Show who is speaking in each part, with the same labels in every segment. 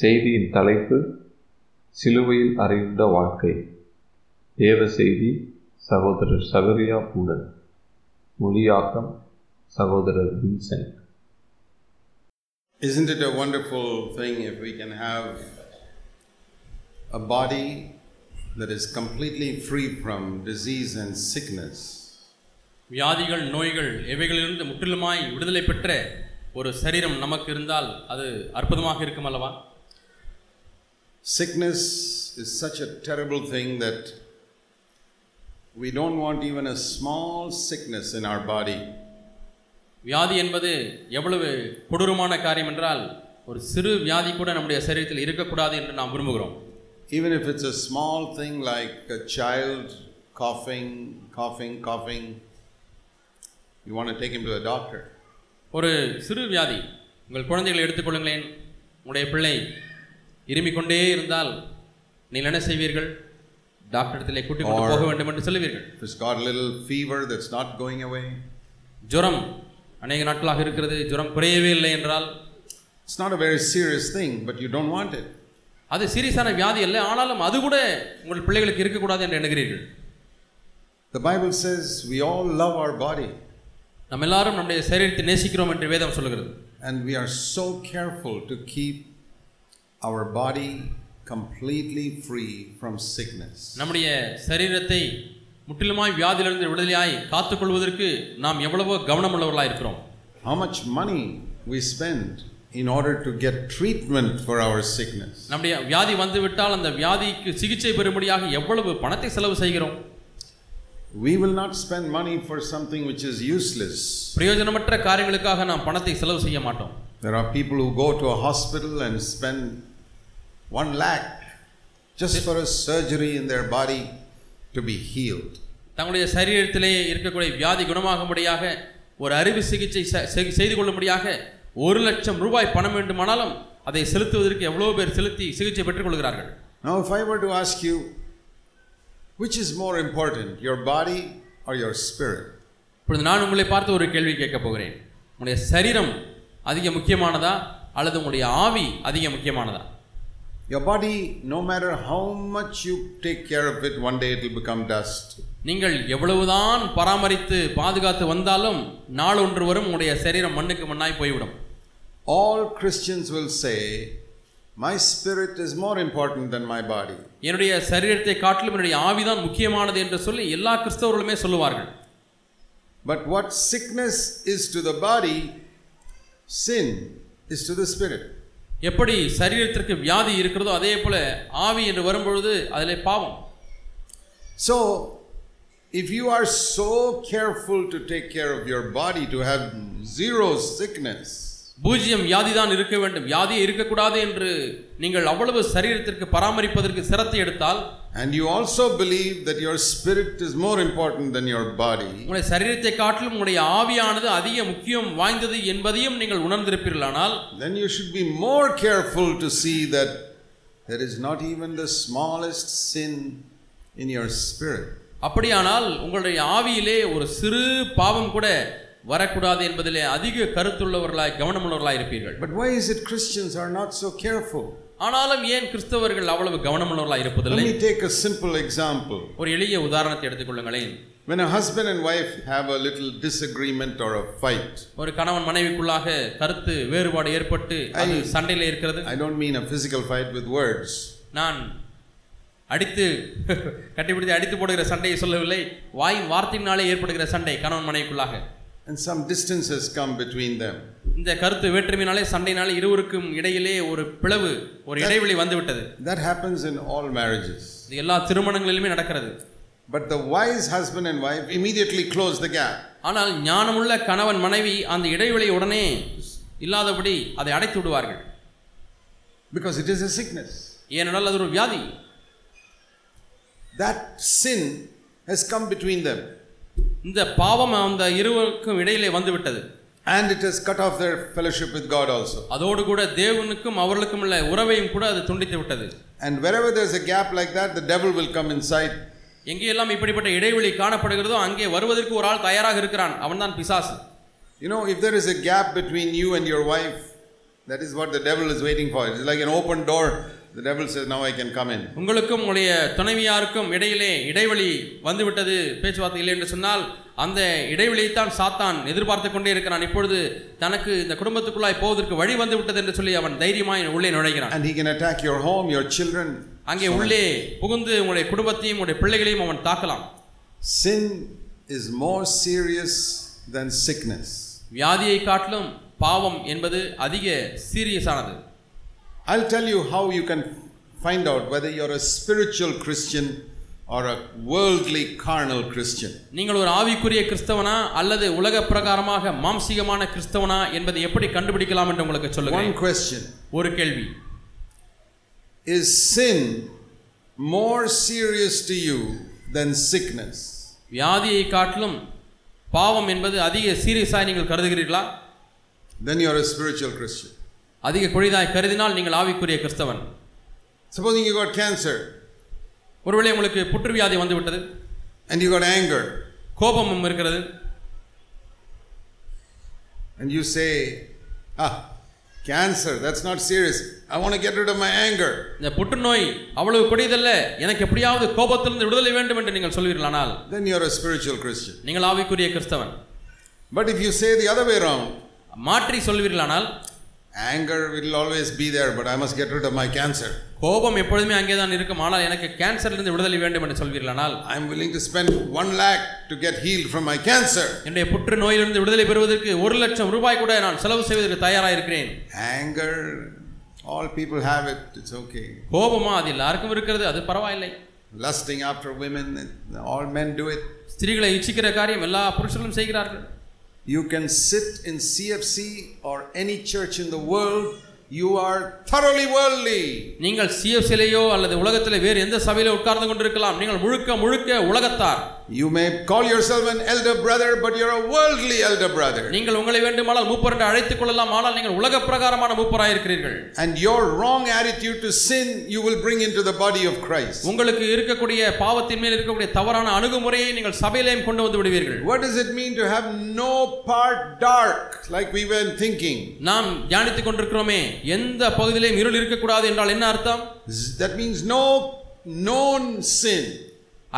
Speaker 1: செய்தியின் தலைப்பு சிலுவையில் அறிந்த வாழ்க்கை தேவ செய்தி சகோதரர் சகரியா பூடன் மொழியாக்கம் சகோதரர் Vincent
Speaker 2: Isn't it a wonderful thing if we can have a body that is completely free from disease and sickness?
Speaker 3: வியாதிகள் நோய்கள் இவைகளிலிருந்து முற்றிலுமாய் விடுதலை பெற்ற ஒரு சரீரம் நமக்கு இருந்தால் அது அற்புதமாக இருக்கும் அல்லவா
Speaker 2: Sickness is such a terrible thing that we don't want even a small sickness in our body.
Speaker 3: வியாதி என்பது எவ்வளவு கொடூரமான காரியம் என்றால் ஒரு சிறு வியாதி கூட நம்முடைய சரீரத்தில் இருக்கக்கூடாது என்று நாம் விரும்புகிறோம்
Speaker 2: Even if it's a small thing like a child coughing, coughing, coughing, you want to take him to a doctor.
Speaker 3: ஒரு சிறு வியாதி உங்கள் குழந்தைகளை எடுத்துக்கொள்ளுங்களேன் உங்களுடைய பிள்ளை இருமிக் கொண்டே இருந்தால் நீங்கள் என்ன செய்வீர்கள் டாக்டரிடத்திலே கூட்டிக் கொண்டு
Speaker 2: Or-
Speaker 3: போக வேண்டும் என்று சொல்லுவீர்கள்
Speaker 2: If it's got a little fever that's not going away,
Speaker 3: ஜுரம் அநேக நாட்களாக இருக்கிறது ஜுரம் குறையவே இல்லை என்றால்
Speaker 2: It's not a very serious thing, but you don't want it.
Speaker 3: அது சீரியஸான வியாதி இல்லை ஆனாலும் அது கூட உங்கள் பிள்ளைகளுக்கு இருக்கக்கூடாது என்று எண்ணுகிறீர்கள்
Speaker 2: The Bible says we all love our body
Speaker 3: நம்ம எல்லாரும் நம்முடைய சரீரத்தை நேசிக்கிறோம் என்று வேதம் சொல்கிறது
Speaker 2: and we are so careful to keep our body completely free from sickness.
Speaker 3: நம்முடைய சரீரத்தை முற்றிலுமாய் வியாதியிலிருந்து விடுதலையாய் காத்துக்கொள்வதற்கு நாம் எவ்வளவோ கவனமுள்ளவர்களாக இருக்கிறோம்
Speaker 2: How much money we spend in order to get treatment for our sickness.
Speaker 3: நம்முடைய வியாதி வந்துவிட்டால் அந்த வியாதிக்கு சிகிச்சை பெறும்படியாக எவ்வளவு பணத்தை செலவு செய்கிறோம்
Speaker 2: We will not spend money for something which is useless.
Speaker 3: பிரயோஜனமற்ற காரியங்களுக்காக நாம் பணத்தை செலவு செய்ய மாட்டோம்
Speaker 2: There are people who go to a hospital and spend one lakh just for a surgery in their body to be healed.
Speaker 3: தங்களுடைய சரீரத்திலே இருக்கக்கூடிய வியாதி குணமாகும்படியாக ஒரு அறுவை சிகிச்சை செ- செ- செய்து கொள்ளும்படியாக ஒரு லட்சம் ரூபாய் பணம் வேண்டுமானாலும் அதை செலுத்துவதற்கு எவ்வளோ பேர் செலுத்தி சிகிச்சை பெற்றுக்கொள்கிறார்கள்
Speaker 2: Now, if I were to ask you, which is more important, your body or your spirit?
Speaker 3: இப்பொழுது நான் உங்களை பார்த்து ஒரு கேள்வி கேட்கப் போகிறேன் உங்களுடைய சரீரம் அதிக முக்கியமானதா அல்லது உங்களுடைய ஆவி அதிக முக்கியமானதா
Speaker 2: Your body, no matter how much you take care of it, one day it'll become dust.
Speaker 3: நீங்கள் எவ்வளவுதான் பராமரித்து பாதுகாத்து வந்தாலும் நாள் ஒன்று வரும் உங்களுடைய சரீரம் மண்ணுக்கு மண்ணாய் போய்விடும்
Speaker 2: All Christians will say, My spirit is more important than my body.
Speaker 3: என்னுடைய சரீரத்தை காட்டிலும் என்னுடைய ஆவிதான் முக்கியமானது என்று சொல்லி எல்லா கிறிஸ்தவர்களுமே சொல்லுவார்கள்
Speaker 2: But what sickness is to the body, sin is to the spirit.
Speaker 3: எப்படி சரீரத்திற்கு வியாதி இருக்கிறதோ அதே போல ஆவி என்று வரும்பொழுது அதிலே பாவம்
Speaker 2: So, if you are so careful to take care of your body to have zero sickness,
Speaker 3: பூஜ்யம் வியாதி தான் இருக்க வேண்டும் வியாதியே இருக்கக்கூடாது என்று நீங்கள் அவ்வளவு சரீரத்திற்கு பராமரிப்பதற்கு சிரத்தை எடுத்தால்
Speaker 2: And you also believe that your spirit is more important than your body,
Speaker 3: உங்களுடைய சரீரத்தை காட்டிலும் உங்களுடைய ஆவியானது அதிக முக்கியம் வாய்ந்தது என்பதையும் நீங்கள் உணர்ந்திருப்பீர்களானால்
Speaker 2: then you should be more careful to see that there is not even the smallest sin in your spirit.
Speaker 3: அப்படியானால் உங்களுடைய ஆவியிலே ஒரு சிறு பாவம் கூட வரக்கூடாது என்பதிலே அதிக கருத்துள்ளவர்களாய் கவனமுள்ளவர்களாய் இருப்பீர்கள்
Speaker 2: But why is it Christians are not so careful?
Speaker 3: ஆனாலும் ஏன் கிறிஸ்தவர்கள் அவ்வளவு கவனமுள்ளவர்களாய்
Speaker 2: Let
Speaker 3: இருப்பதில்லை
Speaker 2: me take a simple example.
Speaker 3: ஒரு எளிய உதாரணத்தை எடுத்துக்கொள்ளுங்களேன்
Speaker 2: When a husband and wife have a little disagreement or a fight,
Speaker 3: ஒரு கணவன் மனைவிக்குள்ளாக கருத்து வேறுபாடு ஏற்பட்டு அது
Speaker 2: ஐ-
Speaker 3: சண்டையில் இருக்கிறது
Speaker 2: I don't mean a physical fight with words,
Speaker 3: நான் அடித்து கட்டிப்பிடித்து அடித்து போடுகிற சண்டையை சொல்லவில்லை வாயின் வார்த்தையினாலே ஏற்படுகிற சண்டை கணவன் மனைவிக்குள்ளாக
Speaker 2: and some distance has come between them.
Speaker 3: இந்த கருத்து வேற்றுமையினாலே சண்டையினாலே இருவருக்கும் இடையிலே ஒரு பிளவு ஒரு இடைவெளி வந்துவிட்டது
Speaker 2: That happens in all marriages.
Speaker 3: இது எல்லா திருமணங்களிலுமே நடக்கிறது
Speaker 2: But the wise husband and wife immediately close the gap.
Speaker 3: ஆனால் ஞானமுள்ள கணவன் மனைவி அந்த இடைவெளி உடனே இல்லாதபடி அதை அடைத்து விடுவார்கள்
Speaker 2: Because it is a sickness.
Speaker 3: ஏனென்றால் அது ஒரு வியாதி
Speaker 2: That sin has come between them
Speaker 3: இந்த பாவம் அந்த இருவருக்கும் இடையிலே வந்துவிட்டது
Speaker 2: and it has cut off their fellowship with God also.
Speaker 3: அதோடு கூட தேவனுக்கும் அவர்களுக்கும் உள்ள உறவையும் கூட அது துண்டித்து விட்டது
Speaker 2: And wherever there's a gap like that, the devil will come inside
Speaker 3: எங்கேயெல்லாம் இப்படிப்பட்ட இடைவெளி காணப்படுகிறதோ அங்கே வருவதற்கு ஒரு ஆள் தயாராக இருக்கிறான் அவன்தான் பிசாசு
Speaker 2: You know, if there is a gap between you and your wife, That is what the devil is waiting for. It's like an open door. The devil says, Now I can come in.
Speaker 3: உங்களுக்கும் உங்களுடைய துணைவியாருக்கும் இடையிலே இடைவெளி வந்துவிட்டது பேச்சுவார்த்தை இல்லை என்று சொன்னால் அந்த இடைவெளியைத்தான் சாத்தான் எதிர்பார்த்து கொண்டே இருக்கிறான் இப்பொழுது தனக்கு இந்த குடும்பத்துக்குள்ளாய் போவதற்கு வழி வந்து விட்டது என்று சொல்லி அவன் தைரியமாய் உள்ளே நுழைகிறான்
Speaker 2: And he can attack your home, your children.
Speaker 3: அங்கே உள்ளே புகுந்து உங்களுடைய குடும்பத்தையும் உங்களுடைய பிள்ளைகளையும் அவன் தாக்கலாம்
Speaker 2: Sin is more serious than sickness.
Speaker 3: வியாதியை காட்டிலும் பாவம் என்பது அதிக சீரியஸானது
Speaker 2: I'll tell you how you can find out whether you're a spiritual Christian or a worldly carnal Christian.
Speaker 3: நீங்கள் ஒரு ஆவிக்குரிய கிறிஸ்தவனா அல்லது உலக பிரகாரமாக மாம்சீகமான கிறிஸ்தவனா என்பதை எப்படி கண்டுபிடிக்கலாம் என்று உங்களுக்கு
Speaker 2: One
Speaker 3: சொல்லுகிறேன்
Speaker 2: question
Speaker 3: ஒரு கேள்வி
Speaker 2: Is sin more serious to you than sickness?
Speaker 3: வியாதியை காட்டிலும் பாவம் என்பது அதிக சீரியஸாய் நீங்கள் கருதுகிறீர்களா
Speaker 2: Then you're a spiritual Christian.
Speaker 3: அதிக குழிதாய் கருதினால் நீங்கள் ஆவிக்குரிய கிறிஸ்தவன்
Speaker 2: Supposing you got cancer
Speaker 3: ஒருவேளை உங்களுக்கு புற்றுவியாதி வந்துவிட்டது
Speaker 2: and you got anger
Speaker 3: கோபமும் இருக்கிறது
Speaker 2: and you say, ah, cancer, that's not serious. I want to get rid of my anger.
Speaker 3: இந்த புற்றுநோய் அவ்வளவு கொடியதல்ல எனக்கு எப்படியாவது கோபத்திலிருந்து விடுதலை வேண்டும் என்று நீங்கள் சொல்வீர்களானால்
Speaker 2: Then you're a spiritual Christian.
Speaker 3: நீங்கள் ஆவிக்குரிய கிறிஸ்தவன்
Speaker 2: But if you say the other way around,
Speaker 3: மாற்றி சொல்வீர்களானால்
Speaker 2: anger will always be there, but I must get rid of my cancer.
Speaker 3: கோபம் எப்பொழுதுமே அங்கே தான் இருக்கும் ஆனால் எனக்கு கேன்சரிலிருந்து விடுதலை வேண்டும் என்று சொல்வீர்களானால்
Speaker 2: I'm willing to spend one lakh to get healed from my cancer.
Speaker 3: என்னுடைய புற்று நோயிலிருந்து விடுதலை பெறுவதற்கு ஒரு லட்சம் ரூபாய் கூட நான் செலவு செய்வதற்கு தயாராக இருக்கிறேன்
Speaker 2: Anger, all people have it, it's okay.
Speaker 3: கோபமா அது எல்லாருக்கும் இருக்கிறது அது பரவாயில்லை
Speaker 2: Lusting after women, all men do it.
Speaker 3: ஸ்திரீகளை இச்சிக்கிற காரியம் எல்லா புருஷர்களும் செய்கிறார்கள்
Speaker 2: You can sit in CFC or any church in the world, you are thoroughly worldly.
Speaker 3: நீங்கள் சிஎஃப்சிலேயோ அல்லது உலகத்தில் வேறு எந்த சபையில உட்கார்ந்து கொண்டிருக்கலாம் நீங்கள் முழுக்க முழுக்க உலகத்தார்
Speaker 2: You may call yourself an elder brother, but you're a worldly elder brother.
Speaker 3: நீங்கள் உங்களை வேண்டுமானால் மூப்பர் என்று அழைத்துக் கொள்ளலாம் ஆனால் நீங்கள் உலக பிரகாரமான மூப்பராக இருக்கிறீர்கள்
Speaker 2: And your wrong attitude to sin, you will bring into the body of Christ.
Speaker 3: உங்களுக்கு இருக்கக்கூடிய பாவத்தின் மேல் இருக்கக்கூடிய தவறான அணுகுமுறையை நீங்கள் சபையிலேயும் கொண்டு வந்து விடுவீர்கள்
Speaker 2: What does it mean to have no part dark, like we were thinking?
Speaker 3: நாம் தியானித்துக் கொண்டிருக்கிறோமே எந்த பகுதியிலேயும் இருள் இருக்கக்கூடாது என்றால் என்ன அர்த்தம்
Speaker 2: Z- That means no known sin.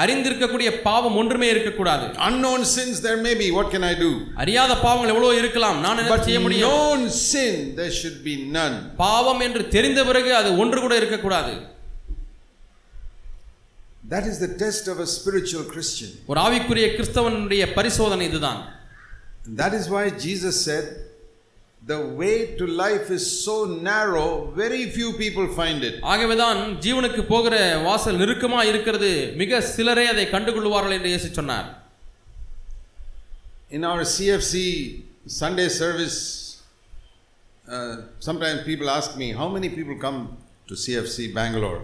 Speaker 3: அறிந்திருக்கக்கூடிய பாவம் ஒன்றுமே இருக்கக்கூடாது
Speaker 2: Unknown sins there may be. What can I do?
Speaker 3: அறியாத பாவங்கள் எவ்வளவு இருக்கலாம் நான் என்ன
Speaker 2: But
Speaker 3: செய்ய முடியும்
Speaker 2: known sin, there should be none.
Speaker 3: பாவம் என்று தெரிந்த பிறகு அது ஒன்று கூட இருக்கக்கூடாது
Speaker 2: That is the test of a spiritual Christian.
Speaker 3: ஒரு ஆவிக்குரிய கிறிஸ்தவனுடைய பரிசோதனை இதுதான்
Speaker 2: And that is why Jesus said, The way to life is so narrow, very few people find it.
Speaker 3: ஆகவேதான் ஜீவனுக்கு போகிற வாசல் நெருக்கமா இருக்கிறது மிக சிலரே அதை கண்டுகொள்வார்கள் என்று இயேசு சொன்னார்
Speaker 2: In our CFC Sunday service, uh, sometimes people ask me, How many people come to CFC Bangalore?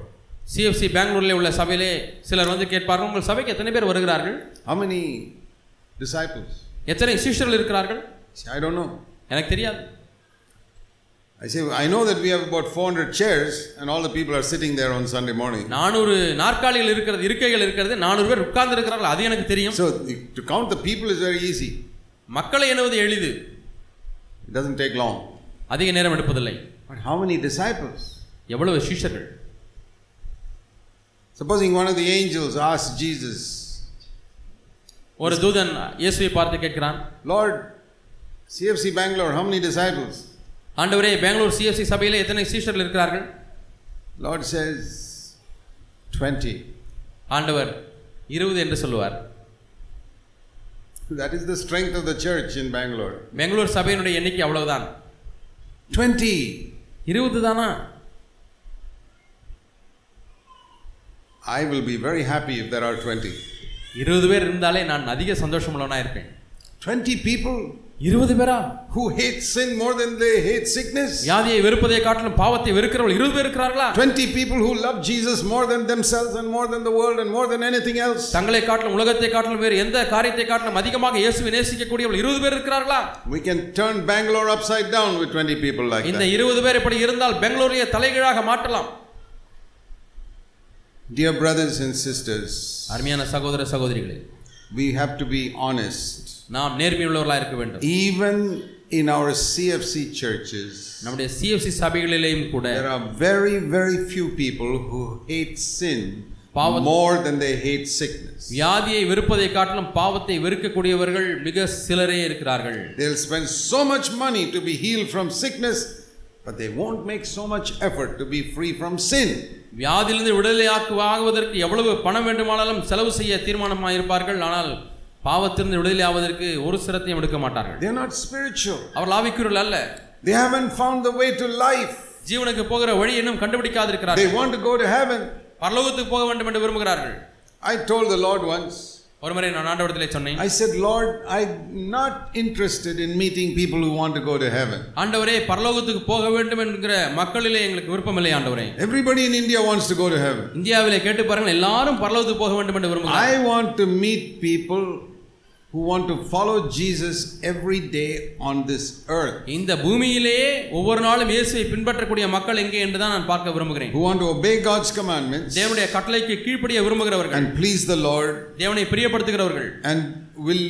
Speaker 3: CFC பெங்களூர்ல உள்ள சபையிலே சிலர் வந்து கேட்பார்கள் உங்கள் சபைக்கு எத்தனை பேர் வருகிறார்கள்
Speaker 2: How many disciples?
Speaker 3: எத்தனை சிஷ்யர்கள் இருக்கிறார்கள்
Speaker 2: See, I don't know.
Speaker 3: எனக்கு தெரியாது
Speaker 2: I say, I know that we have about 400 chairs and all the people are sitting there on Sunday morning.
Speaker 3: நானூறு நாற்காலிகள் இருக்கிறது இருக்கைகள் இருக்கிறது நானூறு பேர் உட்கார்ந்து இருக்கிறார்கள் அது எனக்கு தெரியும்
Speaker 2: So to count the people is very easy,
Speaker 3: மக்களை எண்ணுவது எளிது
Speaker 2: it doesn't take long.
Speaker 3: அதிக நேரம் எடுப்பதில்லை
Speaker 2: But how many disciples?
Speaker 3: எவ்வளவு சிஷ்யர்கள்
Speaker 2: Supposing one of the angels asked Jesus,
Speaker 3: ஒரு தூதன் இயேசுவை பார்த்து கேட்கிறான்
Speaker 2: Lord, CFC Bangalore, how many disciples?
Speaker 3: ஆண்டவரே பெங்களூர் சிஎஃப்சி சபையிலே எத்தனை சீஷர்கள் இருக்கிறார்கள்
Speaker 2: Lord says, 20.
Speaker 3: ஆண்டவர் இருபது என்று சொல்லுவார்
Speaker 2: That is the strength of the church in Bangalore.
Speaker 3: Bangalore சபையினுடைய எண்ணிக்கை அவ்வளவுதான்
Speaker 2: 20.
Speaker 3: இருபது தானா
Speaker 2: I will be very happy if there are 20.
Speaker 3: இருபது பேர் இருந்தாலே நான் அதிக சந்தோஷம் உள்ளவனா இருப்பேன்
Speaker 2: 20 people
Speaker 3: இருபது பேரா
Speaker 2: who hate sin more than they hate sickness.
Speaker 3: வியாதியை வெறுப்பதை காட்டிலும் பாவத்தை வெறுக்கிறவர்கள் இருபது பேர் இருக்கிறார்களா
Speaker 2: 20 people who love Jesus more than themselves and more than the world and more than anything else.
Speaker 3: தங்களை காட்டிலும் உலகத்தை காட்டிலும் வேறு எந்த காரியத்தை காட்டிலும் அதிகமாக இயேசுவை நேசிக்கக்கூடியவர்கள் இருபது பேர் இருக்கிறார்களா
Speaker 2: We can turn Bangalore upside down with 20 people like
Speaker 3: இந்த
Speaker 2: that.
Speaker 3: இருபது பேர் இப்படி இருந்தால் பெங்களூரையே தலைகீழாக மாற்றலாம்
Speaker 2: Dear brothers and sisters,
Speaker 3: அருமையான சகோதர சகோதரிகளே
Speaker 2: we have to be honest.
Speaker 3: நாம் நேர்மையுள்ளவர்களாக இருக்க வேண்டும்
Speaker 2: Even in our CFC churches,
Speaker 3: நம்முடைய சிஎஃப்சி சபைகளிலேயும் கூட
Speaker 2: there are very, very few people who hate sin
Speaker 3: பாவத்-
Speaker 2: more than they hate sickness.
Speaker 3: வியாதியை வெறுப்பதை காட்டிலும் பாவத்தை வெறுக்கக்கூடியவர்கள் மிக சிலரே இருக்கிறார்கள்
Speaker 2: They'll spend so much money to be healed from sickness, but they won't make so much effort to be free from sin.
Speaker 3: வியாதியிலிருந்து விடுதலையாக்கு ஆகுவதற்கு எவ்வளவு பணம் வேண்டுமானாலும் செலவு செய்ய தீர்மானமாக இருப்பார்கள் ஆனால் பாவத்திலிருந்து விடுதலை ஆவதற்கு ஒரு சிரத்தையும் எடுக்க மாட்டார்கள்
Speaker 2: They're not spiritual.
Speaker 3: அவர்கள் ஆவிக்குரியல் அல்ல
Speaker 2: They haven't found the way to life.
Speaker 3: ஜீவனுக்கு போகிற வழி இன்னும் கண்டுபிடிக்காதிருக்கிறார்கள்
Speaker 2: They want to go to heaven.
Speaker 3: பரலோகத்துக்கு போக வேண்டும் என்று விரும்புகிறார்கள்
Speaker 2: I told the Lord once,
Speaker 3: ஒருமுறை நான் ஆண்டவரத்திலே சொன்னேன்
Speaker 2: I said, Lord, I'm not interested in meeting people who want to go to heaven.
Speaker 3: ஆண்டவரே பரலோகத்துக்கு போக வேண்டும் என்கிற மக்களிலே எங்களுக்கு விருப்பமில்லை ஆண்டவரே
Speaker 2: Everybody in India wants to go to heaven.
Speaker 3: இந்தியாவிலே கேட்டு பாருங்கள் எல்லாரும் பரலோகத்துக்கு போக வேண்டும் என்று விரும்புகிறார்கள்
Speaker 2: I want to meet people who want to follow Jesus every day on this earth,
Speaker 3: இந்த பூமியிலேயே ஒவ்வொரு நாளும் இயேசுவை பின்பற்றக்கூடிய மக்கள் எங்கே என்று தான் நான் பார்க்க விரும்புகிறேன்
Speaker 2: who want to obey God's commandments
Speaker 3: தேவனுடைய கட்டளைக்கு கீழ்ப்படிய விரும்புகிறவர்கள்
Speaker 2: and please the Lord
Speaker 3: தேவனை பிரியப்படுத்துகிறவர்கள்
Speaker 2: and will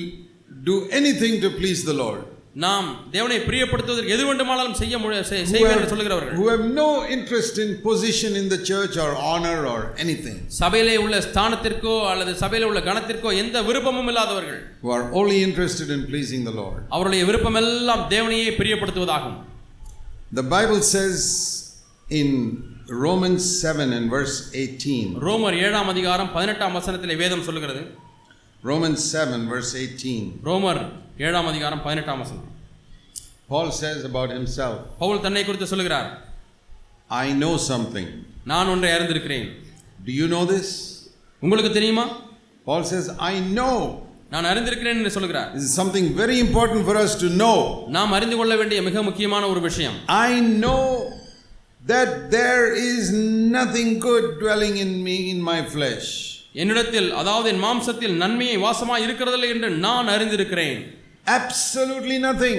Speaker 2: do anything to please the Lord.
Speaker 3: நாம் தேவனை பிரியப்படுத்துவதற்கு எது வேண்டுமானாலும் செய்ய முடி- செய்-
Speaker 2: Who
Speaker 3: செய்வேன் என்று
Speaker 2: have-
Speaker 3: சொல்லுகிறவர்கள்
Speaker 2: who have no interest in position in the church or honor or anything,
Speaker 3: சபையிலே உள்ள ஸ்தானத்திற்கோ அல்லது சபையிலே உள்ள கணத்திற்கோ எந்த விருப்பமும் இல்லாதவர்கள்
Speaker 2: who are only interested in pleasing the Lord.
Speaker 3: அவருடைய விருப்பமெல்லாம் தேவனையே பிரியப்படுத்துவதாகும்
Speaker 2: The Bible says in Romans 7 and verse 18,
Speaker 3: ரோமர் ஏழாம் அதிகாரம் பதினெட்டாம் வசனத்திலே வேதம் சொல்லுகிறது
Speaker 2: Romans 7, verse 18,
Speaker 3: ரோமர் ஏழாம் அதிகாரம் பதினெட்டாம் வசனம்
Speaker 2: Paul says about himself,
Speaker 3: Pavul தன்னை குறித்து சொல்லுகிறார்
Speaker 2: I know something.
Speaker 3: நான் ஒன்றை அறிந்திருக்கிறேன்
Speaker 2: Do you know this?
Speaker 3: உங்களுக்கு தெரியுமா
Speaker 2: Paul says, I know.
Speaker 3: நான் அறிந்திருக்கிறேன் என்று சொல்லுகிறார்
Speaker 2: This is something very important for us to know.
Speaker 3: நாம் அறிந்து கொள்ள வேண்டிய மிக முக்கியமான ஒரு விஷயம்
Speaker 2: I know that there is nothing good dwelling in me, in my flesh.
Speaker 3: என்னிடத்தில் அதாவது என் மாம்சத்தில் நன்மையை வாசமாய் இருக்கிறதில்லை என்று நான் அறிந்திருக்கிறேன்
Speaker 2: Absolutely nothing.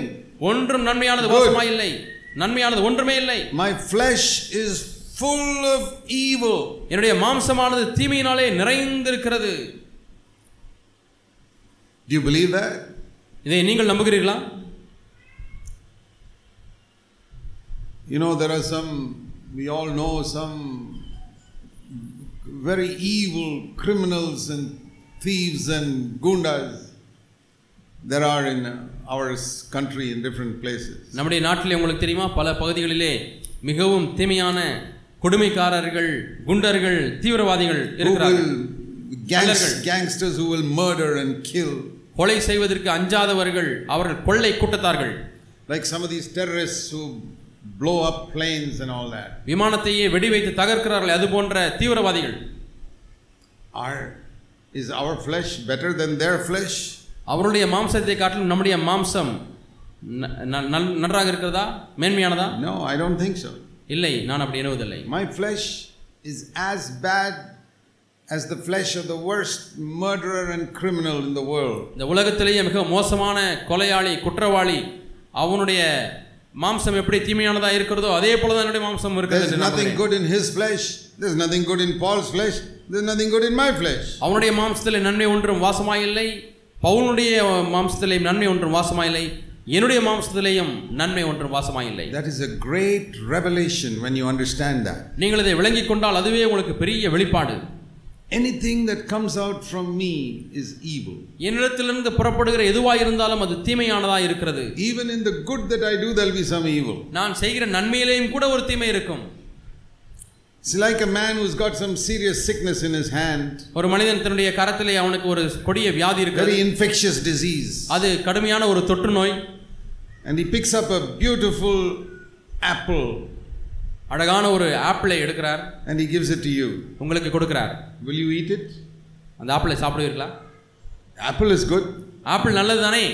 Speaker 3: ஒன்றும் நன்மையானது
Speaker 2: Good.
Speaker 3: வாசமாய் இல்லை நன்மையானது ஒன்றுமே இல்லை
Speaker 2: My flesh is full of evil.
Speaker 3: என்னுடைய மாம்சமானது தீமையினாலே நிறைந்திருக்கிறது
Speaker 2: Do you believe that?
Speaker 3: இதை நீங்கள் நம்புகிறீர்களா
Speaker 2: You know, there are some, we all know some very evil criminals and thieves and gundas there are in our country in different places.
Speaker 3: நம்முடைய நாட்டிலே உங்களுக்கு தெரியுமா பல பகுதிகளிலே மிகவும் தீமையான கொடுமைக்காரர்கள் குண்டர்கள் தீவிரவாதிகள்
Speaker 2: Who
Speaker 3: இருக்கிறார்கள்
Speaker 2: will, gangs,
Speaker 3: கள்ளர்கள்.
Speaker 2: gangsters who will murder and kill.
Speaker 3: கொலை செய்வதற்கு அஞ்சாதவர்கள் அவர்கள் கொள்ளை கூட்டத்தார்கள்
Speaker 2: Like some of these terrorists who blow up planes and all that.
Speaker 3: விமானத்தையே வெடி வைத்து தகர்க்கிறார்கள் அது போன்ற தீவிரவாதிகள்
Speaker 2: Are, is our flesh better than their flesh?
Speaker 3: அவருடைய மாம்சத்தை காட்டிலும் நம்முடைய மாம்சம் ந- ந- நல்- நன்றாக இருக்கிறதா மேன்மையானதா
Speaker 2: No, I don't think so.
Speaker 3: இல்லை நான் அப்படி எண்ணுவதில்லை
Speaker 2: My flesh is as bad as the flesh of the worst murderer and criminal in the world.
Speaker 3: இந்த உலகத்திலேயே மிக மோசமான கொலையாளி குற்றவாளி அவனுடைய மாம்சம் எப்படி தீமையானதா இருக்கிறதோ அதே போலதான் என்னுடைய மாம்சம் இருக்கிறது
Speaker 2: There's
Speaker 3: என்று நான்
Speaker 2: nothing good in his flesh, there's nothing good in Paul's flesh, there's nothing good in my flesh.
Speaker 3: அவனுடைய மாம்சத்தில் நன்மை ஒன்றும் வாசமாயில்லை பவுனுடைய மாம்சத்திலேயும் நன்மை ஒன்றும் வாசமாயில்லை என்னுடைய மாம்சத்திலேயும் நன்மை ஒன்றும் வாசமாயில்லை
Speaker 2: That is a great revelation when you understand that.
Speaker 3: நீங்கள் இதை விளங்கிக் கொண்டால் அதுவே உங்களுக்கு பெரிய வெளிப்பாடு
Speaker 2: Anything that comes out from me is evil.
Speaker 3: என்னிடத்திலிருந்து புறப்படுகிற எதுவாக இருந்தாலும் அது தீமையானதா இருக்கிறது
Speaker 2: Even in the good that I do, there'll be some evil.
Speaker 3: நான் செய்கிற நன்மையிலேயும் கூட ஒரு தீமை இருக்கும்
Speaker 2: It's like a man who's got some serious sickness in his hand,
Speaker 3: ஒரு மனிதன் தன்னுடைய கரத்திலே அவனுக்கு ஒரு கொடிய வியாதி இருக்கிறது
Speaker 2: very infectious disease.
Speaker 3: அது கடுமையான ஒரு தொற்று நோய்
Speaker 2: And he picks up a beautiful apple
Speaker 3: அழகான ஒரு ஆப்பிளை எடுக்கிறார்
Speaker 2: and he gives it to you.
Speaker 3: உங்களுக்கு கொடுக்கிறார்
Speaker 2: Will you eat it?
Speaker 3: அந்த ஆப்பிளை சாப்பிடுவீர்களா
Speaker 2: Apple is good,
Speaker 3: ஆப்பிள் நல்லது தானே